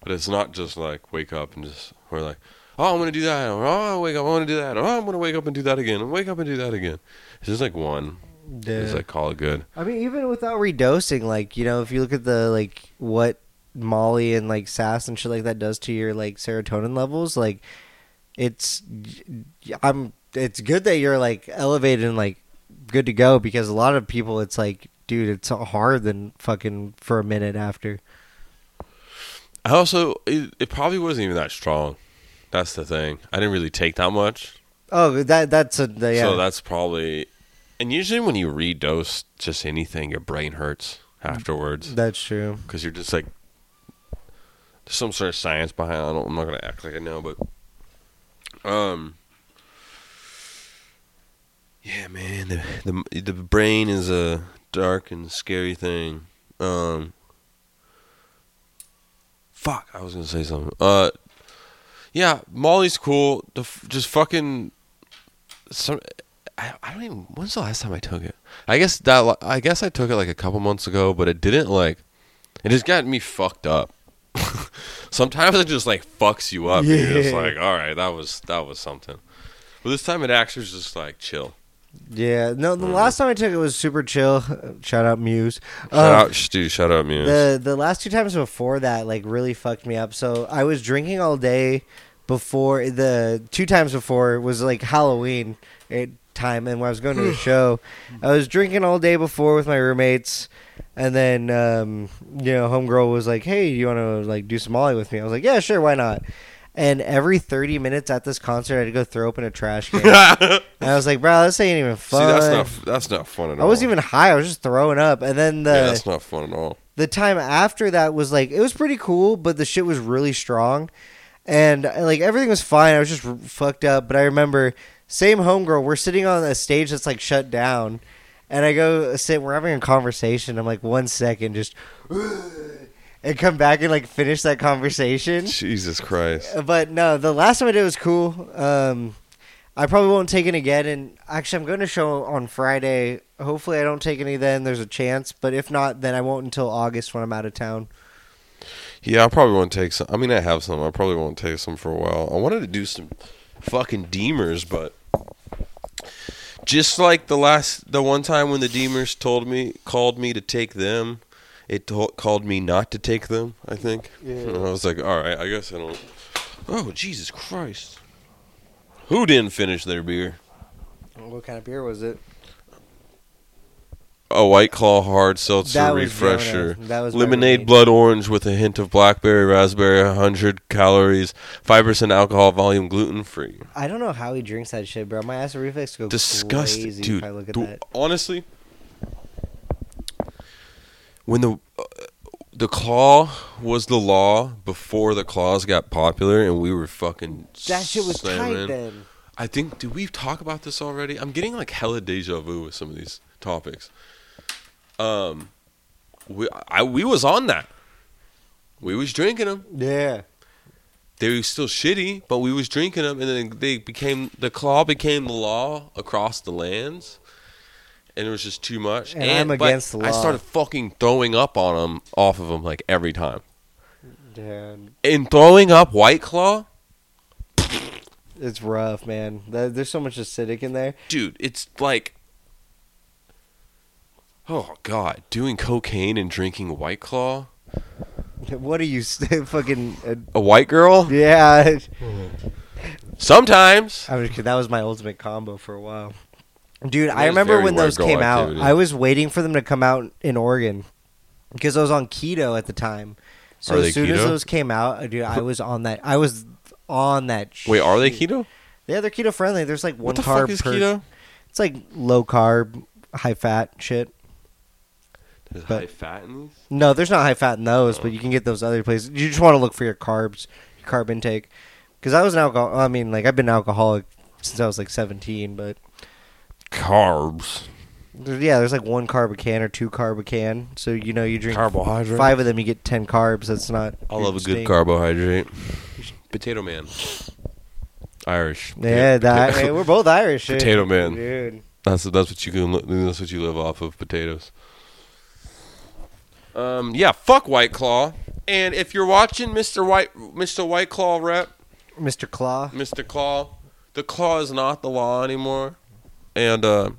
A: but it's not just like wake up and just we're like, oh I'm gonna do that, or oh I wake up I want to do that, or oh I'm gonna wake up and do that again, and wake up and do that again. It's just like one.
B: yeah.
A: It's like call it good.
B: I mean, even without redosing, like you know, if you look at the like what Molly and like Sass and shit like that does to your like serotonin levels, like it's I'm it's good that you're like elevated and like good to go because a lot of people it's like dude it's hard than fucking for a minute after
A: I also it, it probably wasn't even that strong. That's the thing. I didn't really take that much.
B: oh that that's a the, yeah
A: So that's probably. And usually when you redose just anything, your brain hurts afterwards
B: that's true
A: because you're just like. There's some sort of science behind. it. I don't, I'm not gonna act like I know, but. Um. Yeah, man, the the the brain is a dark and scary thing. Um. Fuck, I was gonna say something. Uh. Yeah, Molly's cool. The f- just fucking some I, I don't even when's the last time I took it? I guess that li- I guess I took it like a couple months ago, but it didn't like it just got me fucked up. Sometimes it just like fucks you up. You're just
B: Yeah.
A: like, all right, that was that was something. But this time it actually was just like chill.
B: yeah no the last time I took it was super chill shout out Muse
A: Mm-hmm. Shout
B: Um,
A: out, sh- dude. Shout out, Muse.
B: The the last two times before that like really fucked me up. So I was drinking all day before the two times before was like Halloween eh, time, and when I was going to the show, I was drinking all day before with my roommates, and then um, you know, homegirl was like, "Hey, you want to like do some Ollie with me?" I was like, "Yeah, sure, why not." And every thirty minutes at this concert, I had to go throw open a trash can. and I was like, "Bro, this ain't even
A: See,
B: fun."
A: that's not that's not fun at
B: I
A: all.
B: wasn't even high. I was just throwing up, and then the
A: Yeah, that's not fun at all.
B: the time after that was like it was pretty cool, but the shit was really strong, and uh, like everything was fine. I was just r- fucked up, but I remember same homegirl. We're sitting on a stage that's like shut down, and I go sit. We're having a conversation. I'm like one second, just and come back and like finish that conversation.
A: Jesus Christ.
B: But no, the last time I did was cool. Um, I probably won't take it again. And actually, I'm going to show on Friday. Hopefully, I don't take any then. There's a chance. But if not, then I won't until August when I'm out of town.
A: Yeah, I probably won't take some. I mean, I have some. I probably won't take some for a while. I wanted to do some fucking Deemers, but just like the last, the one time when the Deemers told me, called me to take them, it to- called me not to take them. I think. And I was like, all right, I guess I don't. Oh Jesus Christ! Who didn't finish their beer?
B: What kind of beer was it?
A: A White Claw hard seltzer refresher.
B: That was my
A: Lemonade
B: roommate.
A: blood orange with a hint of blackberry, raspberry, 100 calories, 5% alcohol, volume gluten free.
B: I don't know how he drinks that shit, bro. My acid reflex goes
A: Disgusting,
B: crazy
A: dude.
B: if I look at
A: Du-
B: that.
A: honestly, when the uh, the claw was the law before the claws got popular and we were fucking
B: That shit was tight
A: slamming-
B: then.
A: I think did we talk about this already? I'm getting like hella deja vu with some of these topics. Um, we I we was on that. We was drinking them.
B: Yeah.
A: They were still shitty, but we was drinking them, and then they became the claw became the law across the lands, and it was just too much.
B: And I'm
A: but
B: against the
A: I
B: law.
A: started fucking throwing up on them, off of them, like every time.
B: Dude,
A: And throwing up White Claw,
B: it's rough, man. Th- There's so much acidic in there.
A: dude, it's like Oh god, doing cocaine and drinking White Claw?
B: What are you st- fucking. Uh,
A: A white girl?
B: yeah.
A: Sometimes.
B: I was, that was my ultimate combo for a while. Dude, I
A: was
B: remember
A: very
B: when
A: white
B: those
A: girl
B: came
A: activity.
B: out. I was waiting for them to come out in Oregon because I was on keto at the time. So
A: Are they
B: as soon as
A: keto?
B: those came out, uh, dude, I was on that. I was on that.
A: Wait, are they
B: shit.
A: keto?
B: Yeah, they're keto friendly. There's like one
A: What the
B: carb
A: fuck is
B: per.
A: keto?
B: It's like low carb, high fat shit.
A: There's
B: But-
A: high fat in these?
B: No, there's not high fat in those,
A: Oh.
B: but you can get those other places. You just want to look for your carbs, your carb intake. Because I was an alcohol. I mean, like I've been an alcoholic since I was like 17, but
A: Carbs.
B: There- Yeah, there's like one carb a can or two carb a can. So you know you drink
A: Carbohydrate.
B: five of them, you get ten carbs. That's not.
A: I love a good
B: stink.
A: carbohydrate. Potato man. Irish.
B: Yeah, that hey,
A: Potato-
B: we're both Irish. dude.
A: Potato man.
B: dude.
A: That's that's what you can li- that's what you live off of potatoes. Um yeah, fuck White Claw. And if you're watching Mr. White Mr. White Claw rep,
B: Mr. Claw.
A: Mr. Claw. The claw is not the law anymore. And uh,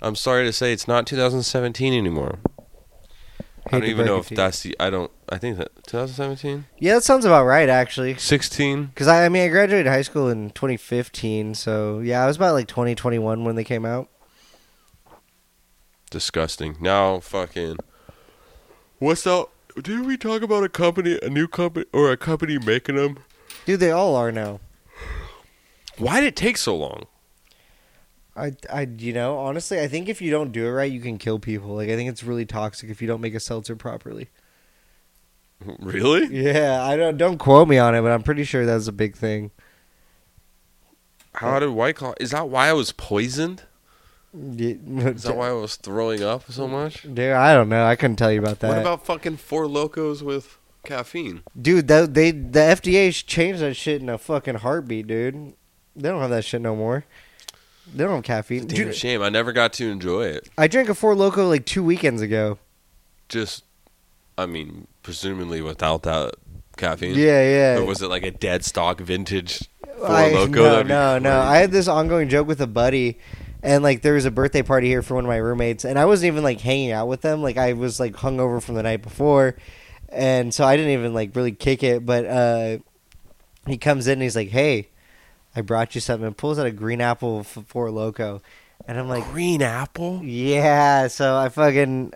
A: I'm sorry to say it's not 2017 anymore. I
B: Hate
A: don't
B: to
A: even
B: break
A: know
B: it
A: if
B: to you.
A: that's the I don't I think that 2017,
B: Yeah, that sounds about right actually.
A: 16.
B: Because I, I mean, I graduated high school in 2015, so yeah, I was about like 2021 when they came out.
A: Disgusting. Now fucking What's up? Did we talk about a company, a new company or a company making them?
B: Dude, they all are now.
A: Why did it take so long?
B: I, I, you know, honestly, I think if you don't do it right, you can kill people. Like, I think it's really toxic if you don't make a seltzer properly.
A: Really?
B: Yeah, I don't. Don't quote me on it, but I'm pretty sure that's a big thing.
A: How did White Claw Is that why I was poisoned?
B: Is
A: Is that why I was throwing up so much?
B: Dude, I don't know. I couldn't tell you about that.
A: What about fucking Four Locos with caffeine?
B: dude? That, they the FDA sh- changed that shit in a fucking heartbeat, dude. They don't have that shit no more. They don't have caffeine.
A: Damn
B: Dude,
A: shame. I never got to enjoy it.
B: I drank a Four Loco like two weekends ago.
A: Just, I mean, presumably without that caffeine.
B: Yeah, yeah.
A: Or was it like a dead stock vintage Four
B: I,
A: Loko?
B: No,
A: That'd be
B: no, no.
A: crazy.
B: I had this ongoing joke with a buddy, and like there was a birthday party here for one of my roommates, and I wasn't even like hanging out with them. Like I was like hungover from the night before, and so I didn't even like really kick it. But uh, He comes in and he's like, "Hey, I brought you something." And pulls out a green apple f- for loco, and I'm like,
A: green apple.
B: "Yeah." So I fucking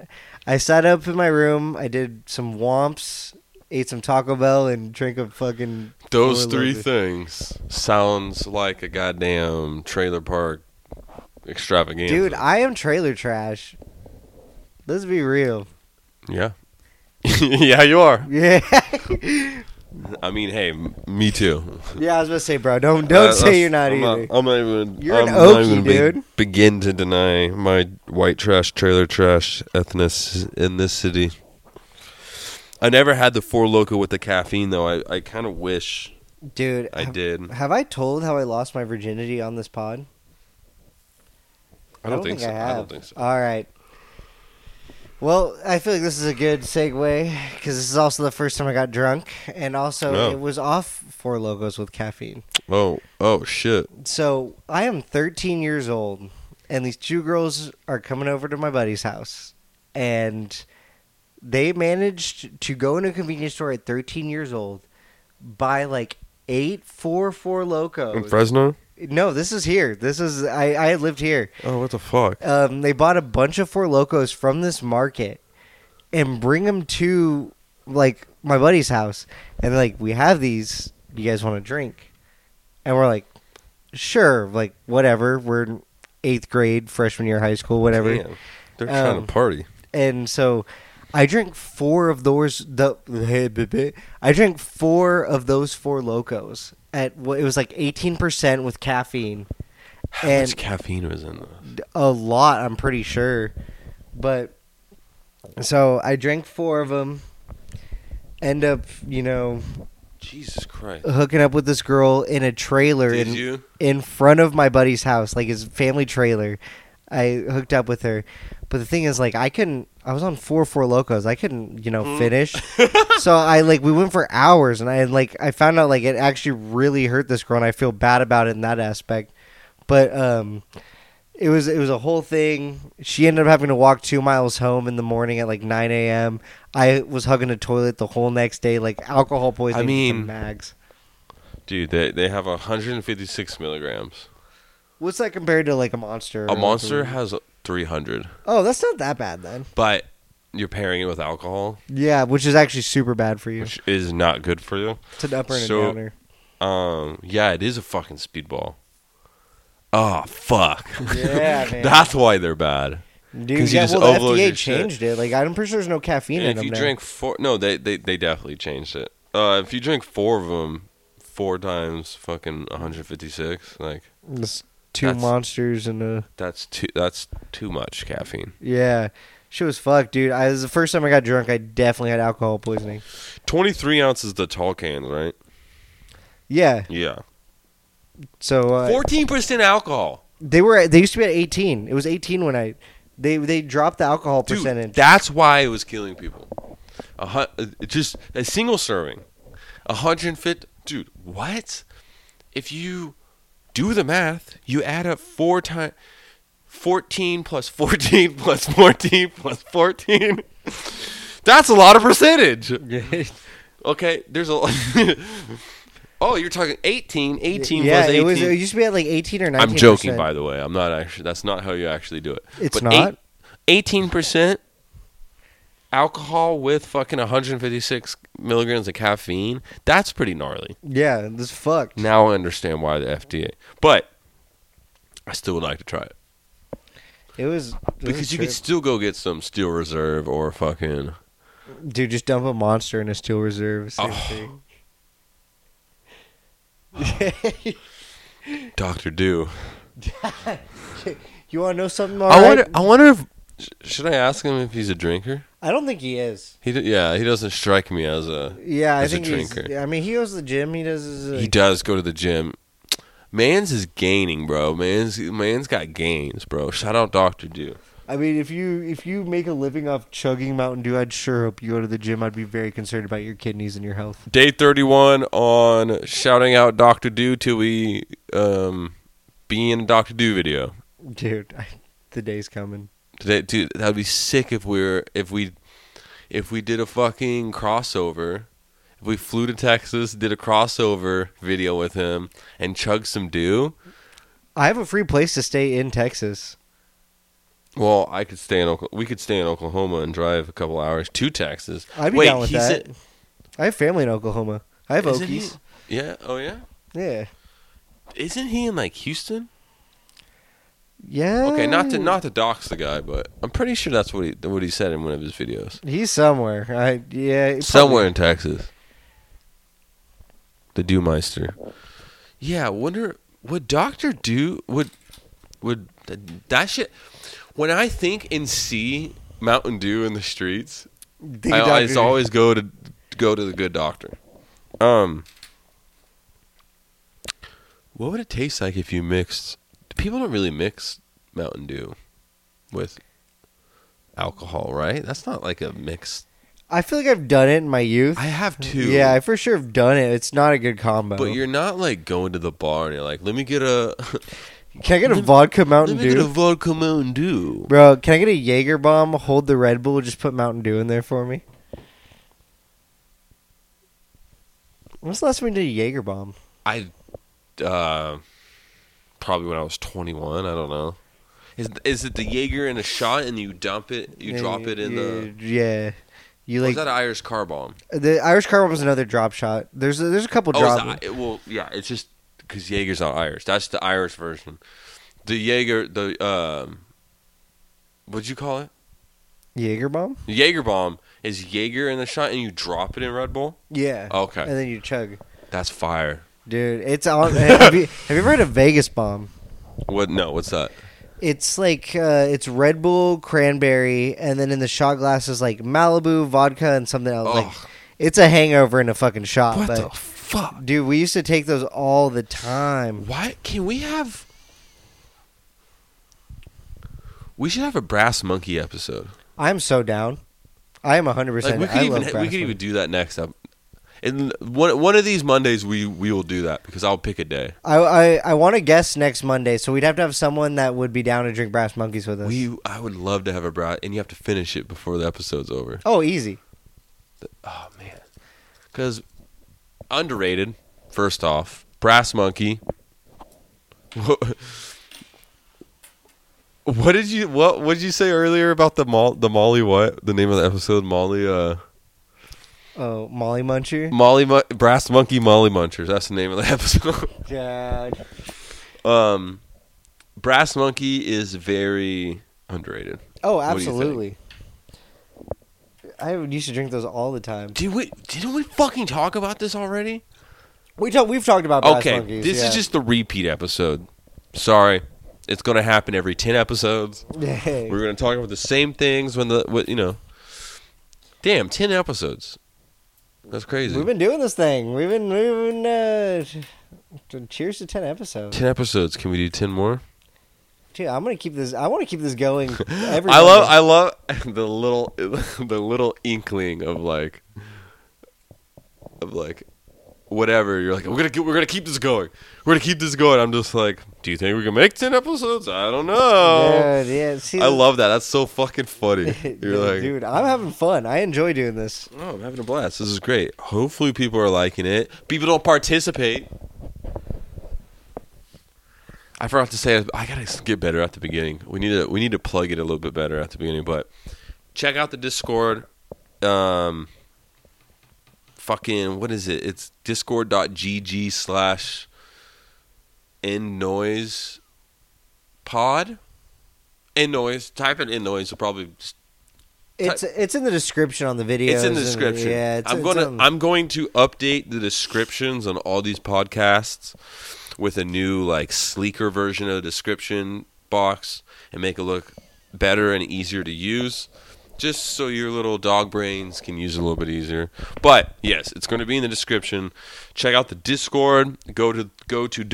B: I sat up in my room. I did some womps, ate some Taco Bell, and drank a fucking
A: Those
B: Four
A: three
B: Loko.
A: things sounds like a goddamn trailer park extravaganza.
B: Dude, I am trailer trash. Let's be real.
A: yeah. yeah, you are.
B: Yeah,
A: I mean, hey, m- me too.
B: yeah. I was about to say, bro, don't don't
A: Uh,
B: say you're not
A: I'm
B: either.
A: I'm not even.
B: You're an
A: I'm not
B: Okie,
A: even be-
B: dude.
A: begin to deny my white trash, trailer trash ethnicity in this city. I never had the four loco with the caffeine though. I, I kind of wish
B: Dude,
A: I
B: have,
A: did.
B: have I told how I lost my virginity on this pod?
A: I don't, think, so. I, don't think so.
B: All right. Well, I feel like this is a good segue because this is also the first time I got drunk, and also
A: No.
B: it was off four logos with caffeine.
A: Oh oh shit.
B: So I am 13 years old, and these two girls are coming over to my buddy's house, and they managed to go in a convenience store at 13 years old, buy like eight four four
A: In
B: locos.
A: Fresno.
B: No, this is here. This is I I had lived here.
A: Oh what the fuck.
B: Um, they bought a bunch of four locos from this market and bring them to like my buddy's house, and they're like, "We have these. You guys want to drink?" And we're like, "Sure." Like whatever. We're in eighth grade, freshman year of high school, whatever.
A: Damn, They're trying
B: Um,
A: to party.
B: And so. I drank four of those. The I drank four of those four locos at what it was like eighteen percent with caffeine.
A: How
B: and-
A: much caffeine was in those?
B: a lot, I'm pretty sure. But so I drank four of them. End up, you know,
A: Jesus Christ.
B: hooking up with this girl in a trailer
A: Did
B: in
A: you?
B: in front of my buddy's house, like his family trailer. I hooked up with her, but the thing is, like, I couldn't. I was on four four locos. I couldn't, you know,
A: Mm.
B: finish. so I like we went for hours, and I like I found out like it actually really hurt this girl, and I feel bad about it in that aspect. But um, it was it was a whole thing. She ended up having to walk two miles home in the morning at like nine a.m. I was hugging a toilet the whole next day, like alcohol poisoning. from
A: mean-
B: mags.
A: Dude, they they have 156 milligrams.
B: What's that compared to like a monster?
A: A
B: or
A: monster
B: something?
A: has 300,
B: Oh, that's not that bad then.
A: but you're pairing it with alcohol,
B: Yeah, which is actually super bad for you.
A: which is not good for you.
B: It's an upper and
A: So-
B: a downer.
A: Um, yeah, it is a fucking speedball. Oh fuck.
B: Yeah, man.
A: That's why they're bad.
B: Dude,
A: 'Cause you
B: yeah,
A: just
B: well, the
A: overload
B: FDA
A: your shit.
B: changed it. Like, I'm pretty sure there's no caffeine in
A: And if
B: them
A: you
B: now.
A: drink four, no, they, they they definitely changed it. Uh, if you drink four of them, four times fucking 156, like
B: It's two
A: That's-
B: monsters and a
A: that's too that's too much caffeine. Yeah.
B: yeah. She was fucked, dude. I it was the first time I got drunk. I definitely had alcohol poisoning.
A: 23 ounces the tall can, right?
B: Yeah.
A: Yeah.
B: So uh,
A: 14% alcohol.
B: they were they used to be at 18. It was 18 when I they they dropped the alcohol
A: Dude,
B: percentage.
A: that's why it was killing people. A hun- uh, just a single serving, a hundred and fifty. Dude, what? If you do the math, you add up four times, fourteen plus fourteen plus fourteen plus fourteen. That's a lot of percentage. Okay, there's a. oh, you're talking 18, 18
B: yeah,
A: plus
B: it was
A: 18.
B: it used to be at like 18 or 19.
A: I'm joking, by the way. I'm not actually. That's not how you actually do it.
B: It's not?
A: Eighteen percent alcohol with fucking 156 milligrams of caffeine. That's pretty gnarly.
B: Yeah, this fucked.
A: Now I understand why the FDA. But I still would like to try it
B: It was it was
A: because
B: a
A: you could
B: trip.
A: still go get some Steel Reserve or fucking.
B: Dude, just dump a monster in a steel reserve. Same
A: Oh.
B: thing.
A: Doctor Do.
B: You want to know something?
A: I
B: alright?
A: wonder. I wonder if sh- should I ask him if he's a drinker?
B: I don't think he is.
A: He d- yeah. He doesn't strike me as a.
B: Yeah,
A: He's a
B: I think he's.
A: drinker.
B: I mean, he goes to the gym. He does. His, uh,
A: He does go to the gym. Man's is gaining, bro. Man's man's got gains, bro. Shout out Doctor Do.
B: I mean, if you if you make a living off chugging Mountain Dew, I'd sure hope you go to the gym. I'd be very concerned about your kidneys and your health.
A: Day thirty one on shouting out Doctor Do till we um be in a Doctor Do video.
B: Dude, I, the day's coming.
A: Today, dude, that'd be sick if we were if we if we did a fucking crossover if we flew to Texas, did a crossover video with him, and chugged some dew,
B: I have a free place to stay in Texas.
A: well, I could stay in Oklahoma. We could stay in Oklahoma and drive a couple hours to Texas.
B: I'd be
A: Wait,
B: down with
A: he's
B: that.
A: in-
B: I have family in Oklahoma. I have
A: isn't
B: Okies.
A: he- yeah. Oh yeah.
B: Yeah.
A: Isn't he in like Houston?
B: Yeah.
A: Okay, not to not to dox the guy, but I'm pretty sure that's what he what he said in one of his videos.
B: He's somewhere. I yeah. probably-
A: Somewhere in Texas. The Dewmeister. Yeah, I wonder would Doctor Do would would that shit when I think and see Mountain Dew in the streets,
B: Dig
A: I always
B: Dr.
A: always go to go to the good doctor. Um, what would it taste like if you mixed? People don't really mix Mountain Dew with alcohol, right? That's not like a mix.
B: I feel like I've done it in my youth.
A: I have two.
B: Yeah, I for sure have done it. It's not a good combo.
A: but you're not like going to the bar and you're like, let me get a
B: can I get a
A: Let-
B: vodka Mountain
A: let me get a
B: Dew,
A: vodka Mountain Dew.
B: bro? Can I get a Jaeger bomb? Hold the Red Bull. Just put Mountain Dew in there for me. When's the last time we did a Jaeger bomb?
A: I uh, probably when I was 21. I don't know. Is is it the Jaeger in a shot and you dump it? You drop it in the.
B: yeah. You
A: Was
B: like
A: that an Irish car bomb?
B: the Irish car bomb was another drop shot. There's a, there's a couple
A: Oh,
B: drop.
A: it's the, I- well, yeah. It's just because Jaeger's not Irish. That's the Irish version. The Jaeger, the um, what'd you call it?
B: Jaeger bomb.
A: The Jaeger bomb is Jaeger in the shot and you drop it in Red Bull.
B: Yeah.
A: Okay.
B: And then you chug,
A: That's fire.
B: dude. It's on. have, you, have you ever had a Vegas bomb?
A: What? No, what's that?
B: It's like uh, it's Red Bull, cranberry, and then in the shot glass is like Malibu vodka and something else. Like
A: Ugh.
B: it's a hangover in a fucking shot.
A: What
B: but
A: the fuck?
B: dude, we used to take those all the time.
A: Why can we have? We should have a brass monkey episode.
B: I'm so down. I am 100.
A: Like
B: percent
A: we could
B: I
A: even
B: love
A: we
B: Brass
A: could
B: Monkey.
A: even do that next up. And one one of these Mondays we we will do that because I'll pick a day.
B: I I, I want to guess next Monday, so we'd have to have someone that would be down to drink Brass Monkeys with us.
A: We I would love to have a brass, and you have to finish it before the episode's over.
B: oh, easy.
A: Oh man, because underrated. First off, Brass Monkey. What, what did you what what did you say earlier about the mol the Molly what the name of the episode Molly uh
B: Oh, Molly Muncher.
A: Molly Mon- Brass Monkey Molly Munchers that's the name of the episode.
B: Dude.
A: um, Brass Monkey is very underrated.
B: Oh,
A: What do you
B: absolutely. I used to drink those all the time.
A: Did we didn't we fucking talk about this already?
B: We talk, we've talked about Brass
A: Okay,
B: Monkeys.
A: this
B: yeah.
A: is just the repeat episode. Sorry, it's going to happen every ten episodes.
B: Hey.
A: We're going to talk about the same things when the what you know. Damn, ten episodes. That's crazy.
B: We've been doing this thing. We've been moving. Uh, t- cheers to ten episodes,
A: ten episodes. Can we do ten more?
B: dude. I'm gonna keep this. I want to keep this going. Every
A: I love
B: Monday.
A: I love the little the little inkling of like of like whatever you're like we're gonna keep, we're gonna keep this going we're gonna keep this going I'm just like do you think we can make ten episodes I don't know
B: Dude, yeah, see,
A: I love that that's so fucking funny you're
B: dude,
A: like
B: dude, I'm having fun. I enjoy doing this.
A: oh I'm having a blast this is great hopefully people are liking it people don't participate I forgot to say I gotta get better at the beginning. We need to we need to plug it a little bit better at the beginning. But check out the Discord. Um, fucking what is it? It's discord.gg slash in noise pod. In noise. Type in in noise. It'll probably
B: It's it's in the description on the video.
A: it's in the description.
B: yeah, it's,
A: I'm
B: it's
A: going to
B: on-
A: I'm going to update the descriptions on all these podcasts with a new like sleeker version of the description box and make it look better and easier to use. Just so your little dog brains can use it a little bit easier. But yes, it's going to be in the description. Check out the Discord. Go to go to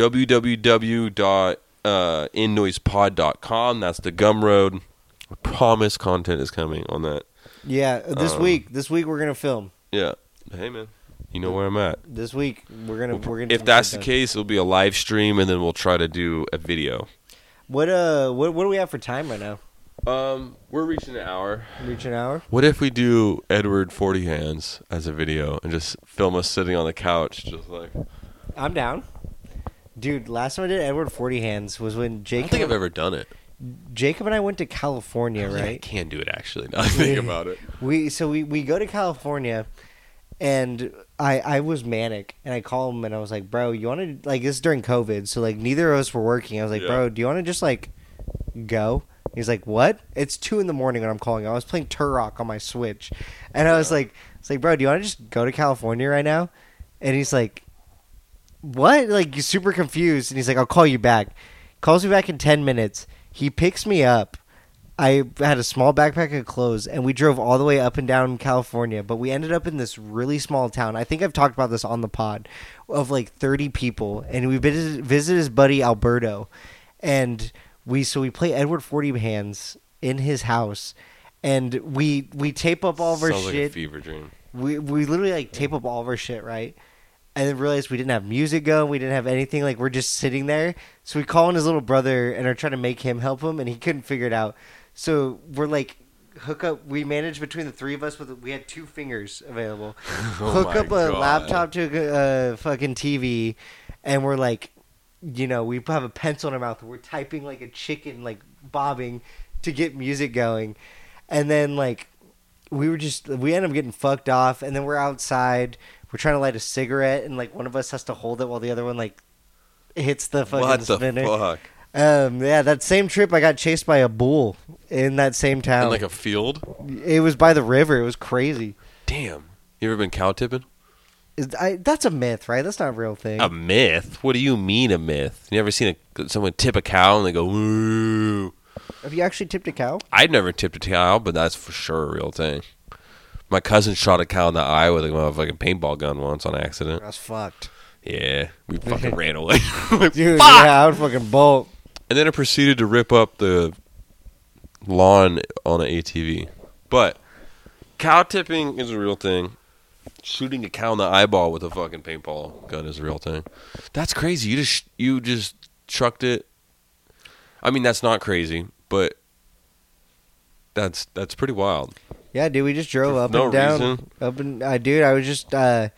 A: uh, www.innoisepod.com. That's the Gumroad. I promise content is coming on that.
B: yeah, this
A: um,
B: week. This week we're gonna film.
A: Yeah. Hey man, you know where I'm at.
B: This week we're gonna we're gonna.
A: If that's the case, it'll be a live stream, and then we'll try to do a video.
B: what uh what what do we have for time right now?
A: Um, we're reaching an hour.
B: Reach an hour.
A: What if we do Edward Forty Hands as a video and just film us sitting on the couch, just like
B: I'm down. Dude, last time I did Edward Forty Hands was
A: I
B: when Jacob
A: don't think I've ever Oh, done it.
B: Jacob and I went to California,
A: I
B: right?
A: can do it actually. Now I think about it.
B: We so we, we go to California, and I I was manic, and I called him and I was like, bro, you want to like this is during COVID, so like neither of us were working. I was like,
A: Yeah.
B: bro, do you want to just like go? He's like, what? It's two in the morning when I'm calling. I was playing Turok on my Switch, and I was like, it's like, bro, do you want to just go to California right now? And he's like, what? Like, you're super confused. And he's like, I'll call you back. Calls me back in 10 minutes. He picks me up. I had a small backpack of clothes, and we drove all the way up and down California. But we ended up in this really small town. I think I've talked about this on the pod of like 30 people. And we visited, visited his buddy Alberto. And we, so we play Edward 40 Hands in his house. And we, we tape up all of our
A: Sounds like a
B: shit
A: fever dream.
B: we we literally like tape up all of our shit, right? And then realized we didn't have music going, we didn't have anything. Like we're just sitting there. So we call in his little brother and are trying to make him help him, and he couldn't figure it out. So we're like, hook up. We managed between the three of us with we had two fingers available. hook
A: Oh my
B: up a
A: God.
B: laptop to a uh, fucking TV, and we're like, you know, we have a pencil in our mouth. We're typing like a chicken, like bobbing, to get music going, and then like we were just we end up getting fucked off and then we're outside we're trying to light a cigarette and like one of us has to hold it while the other one like hits the fucking
A: What the
B: spinner
A: fuck?
B: um yeah that same trip i got chased by a bull in that same
A: In
B: town
A: like a field?
B: it was by the river it was crazy
A: Damn. You ever been cow tipping?
B: Is- I, that's a myth right that's not a real thing
A: A myth? What do you mean a myth? You ever seen a, someone tip a cow and they go, woo?
B: have you actually tipped a cow
A: I'd never tipped a cow, but that's for sure a real thing. My cousin shot a cow in the eye with a motherfucking paintball gun once on accident.
B: i was fucked
A: Yeah, we fucking ran away.
B: dude yeah i would fucking bolt
A: and then I proceeded to rip up the lawn on an ATV. But cow tipping is a real thing. Shooting a cow in the eyeball with a fucking paintball gun is a real thing. That's crazy. You just you just chucked it. I mean, that's not crazy, but that's that's pretty wild.
B: yeah dude we just drove
A: For
B: up
A: no
B: and down
A: reason.
B: up and i dude i was just uh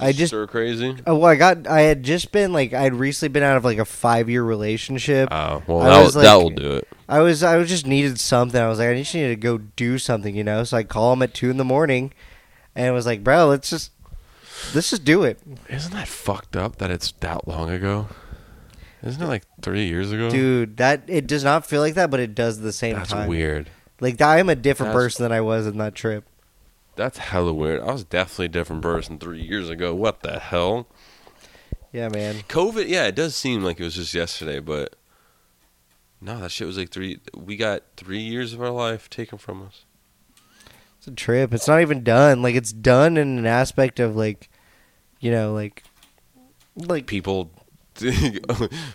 B: i just
A: stir crazy.
B: Oh, well, I got. I had just been like I'd recently been out of like a five year relationship.
A: Oh, well,
B: I
A: that'll,
B: was like-
A: that'll do it.
B: I was I was just needed something. I was like I just needed to go do something, you know. So I call him at two in the morning, and I was like, bro, let's just let's just do it,
A: Isn't that fucked up that it's that long ago? Isn't it like three years ago?
B: dude. That it does not feel like that, but it does at the same
A: Mm. that's
B: time.
A: weird.
B: Like I am a different
A: That's-
B: person than I was in that trip.
A: That's hella weird. I was definitely a different person three years ago. What the hell?
B: Yeah, man.
A: COVID, yeah, it does seem like it was just yesterday, but no, that shit was like three. We got three years of our life taken from us.
B: It's a trip. It's not even done. Like it's done in an aspect of like, you know, like like
A: People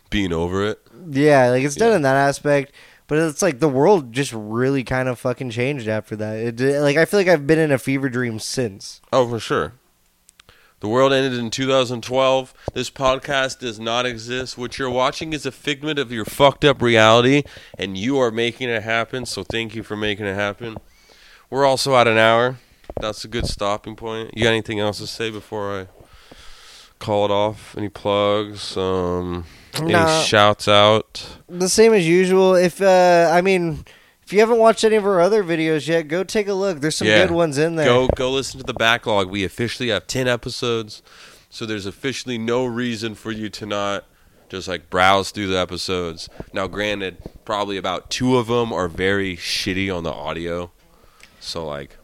A: being over it.
B: Yeah, like it's done
A: Yeah.
B: in that aspect, but it's like the world just really kind of fucking changed after that. It did- like I feel like I've been in a fever dream since.
A: Oh, for sure. The world ended in 2012. This podcast does not exist. What you're watching is a figment of your fucked up reality, and you are making it happen. So thank you for making it happen. We're also at an hour. That's a good stopping point. You got anything else to say before I call it off? Any plugs? Um,
B: Nah.
A: Any shouts out?
B: The same as usual. If uh I mean, if you haven't watched any of our other videos yet, go take a look. There's some
A: Yeah.
B: good ones in there.
A: Go go listen to the backlog. We officially have ten episodes, so there's officially no reason for you to not just like browse through the episodes. Now, granted, probably about two of them are very shitty on the audio, so like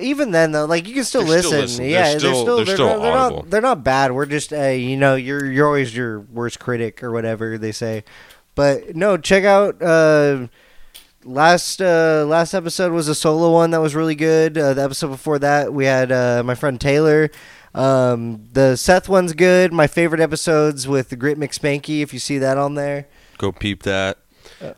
B: Even then though, like you can still
A: They're
B: listen.
A: still listening.
B: Yeah,
A: They're still- they're still
B: not, they're,
A: audible.
B: not, they're not bad. We're just uh, you know, you're you're always your worst critic or whatever they say. But no, check out uh last uh last episode was a solo one that was really good uh, the episode before that we had uh my friend taylor um the seth one's good my favorite episodes with the grit mcspanky if you see that on there
A: go peep that.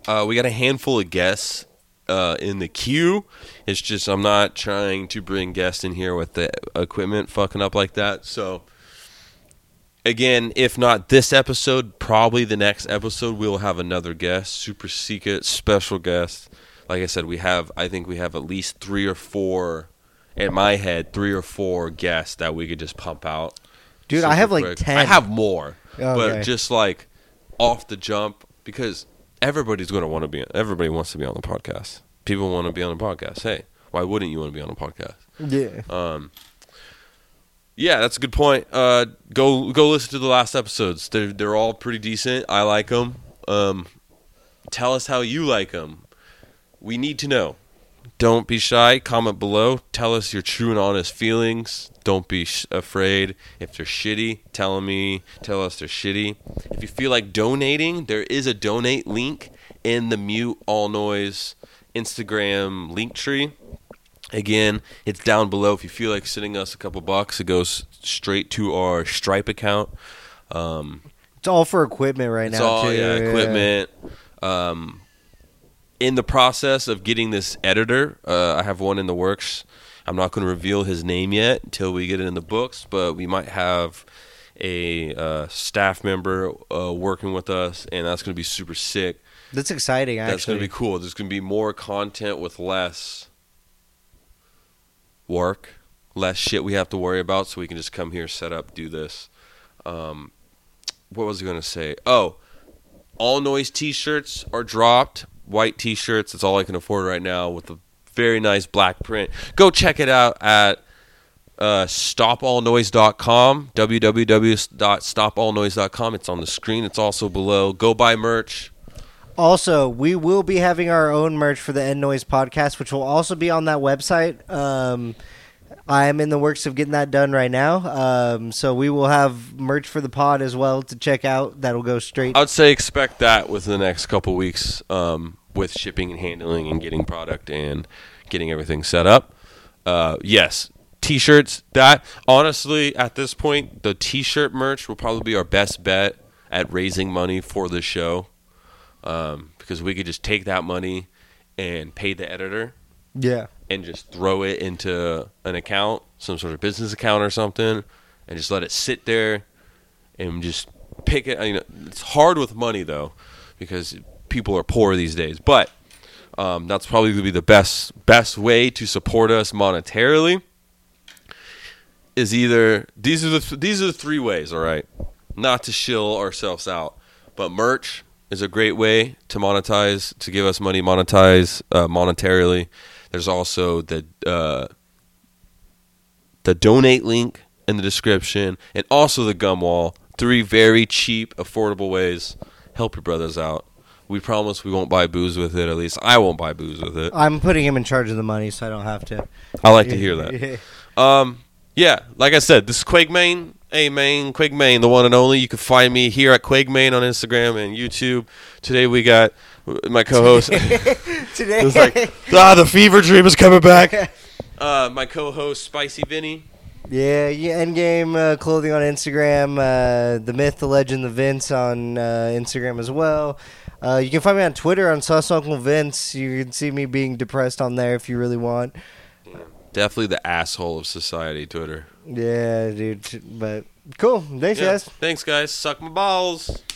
A: Uh, we got a handful of guests uh, in the queue. It's just I'm not trying to bring guests in here with the equipment fucking up like that. So again, if not this episode, probably the next episode we'll have another guest, super secret special guest. like I said, we have I think we have at least three or four in my head, three or four guests that we could just pump out.
B: Dude, I
A: super
B: have, like, 10.
A: I have more,
B: Okay.
A: but just like off the jump because everybody's going to want to be. Everybody wants to be on the podcast. People want to be on the podcast. Hey, why wouldn't you want to be on a podcast?
B: Yeah.
A: Um, yeah, that's a good point. Uh, go go listen to the last episodes. They're they're all pretty decent. I like them. Um, tell us how you like them. We need to know. Don't be shy. Comment below. Tell us your true and honest feelings. Don't be sh- afraid if they're shitty. Tell me. Tell us they're shitty. If you feel like donating, there is a donate link in the mute all noise Instagram link tree. Again, it's down below. If you feel like sending us a couple bucks, it goes straight to our Stripe account. Um,
B: It's all for equipment right
A: it's
B: now.
A: all
B: too.
A: yeah, equipment. Um, in the process of getting this editor, uh, I have one in the works. I'm not going to reveal his name yet until we get it in the books, but we might have a uh, staff member uh, working with us, and that's going to be super sick.
B: That's exciting. Actually,
A: That's going to be cool. There's going to be more content with less work, less shit we have to worry about, so we can just come here, set up, do this. Um, what was I going to say? Oh, all noise t shirts are dropped. White t shirts, that's all I can afford right now with a very nice black print. Go check it out at uh, stopallnoise.com, www.stopallnoise.com. It's on the screen, it's also below. Go buy merch.
B: Also, we will be having our own merch for the End Noise podcast, which will also be on that website. Um, I'm in the works of getting that done right now. Um, so we will have merch for the pod as well to check out. That'll go straight.
A: I'd say expect that within the next couple weeks um, with shipping and handling and getting product and getting everything set up. Uh, yes, t-shirts. That honestly, at this point, the t-shirt merch will probably be our best bet at raising money for the show um, because we could just take that money and pay the editor
B: yeah.
A: and just throw it into an account, some sort of business account or something, and just let it sit there and just pick it. You know, it's hard with money though, because people are poor these days. But um, that's probably going to be the best best way to support us monetarily. Is either these are the th- these are the three ways. All right, not to shill ourselves out, but merch is a great way to monetize to give us money monetize uh, monetarily. There's also the uh, the donate link in the description, and also the gum wall. Three very cheap, affordable ways help your brothers out. We promise we won't buy booze with it. At least I won't buy booze with it.
B: I'm putting him in charge of the money, so I don't have to.
A: I like to hear that. Um, yeah, like I said, this is Quagmain. Hey, man, Quagmain, the one and only. You can find me here at Quagmain on Instagram and YouTube. Today we got uh, my co-host.
B: Today,
A: It's like ah, the fever dream is coming back. Uh, my co-host Spicy Vinny.
B: yeah, yeah. Endgame uh, clothing on Instagram. Uh, the myth, the legend, the Vince on uh, Instagram as well. Uh, you can find me on Twitter on Sauce Uncle Vince. You can see me being depressed on there if you really want.
A: Definitely the asshole of society, Twitter.
B: Yeah, dude. But cool. Thanks,
A: Yeah.
B: guys.
A: Thanks, guys. Suck my balls.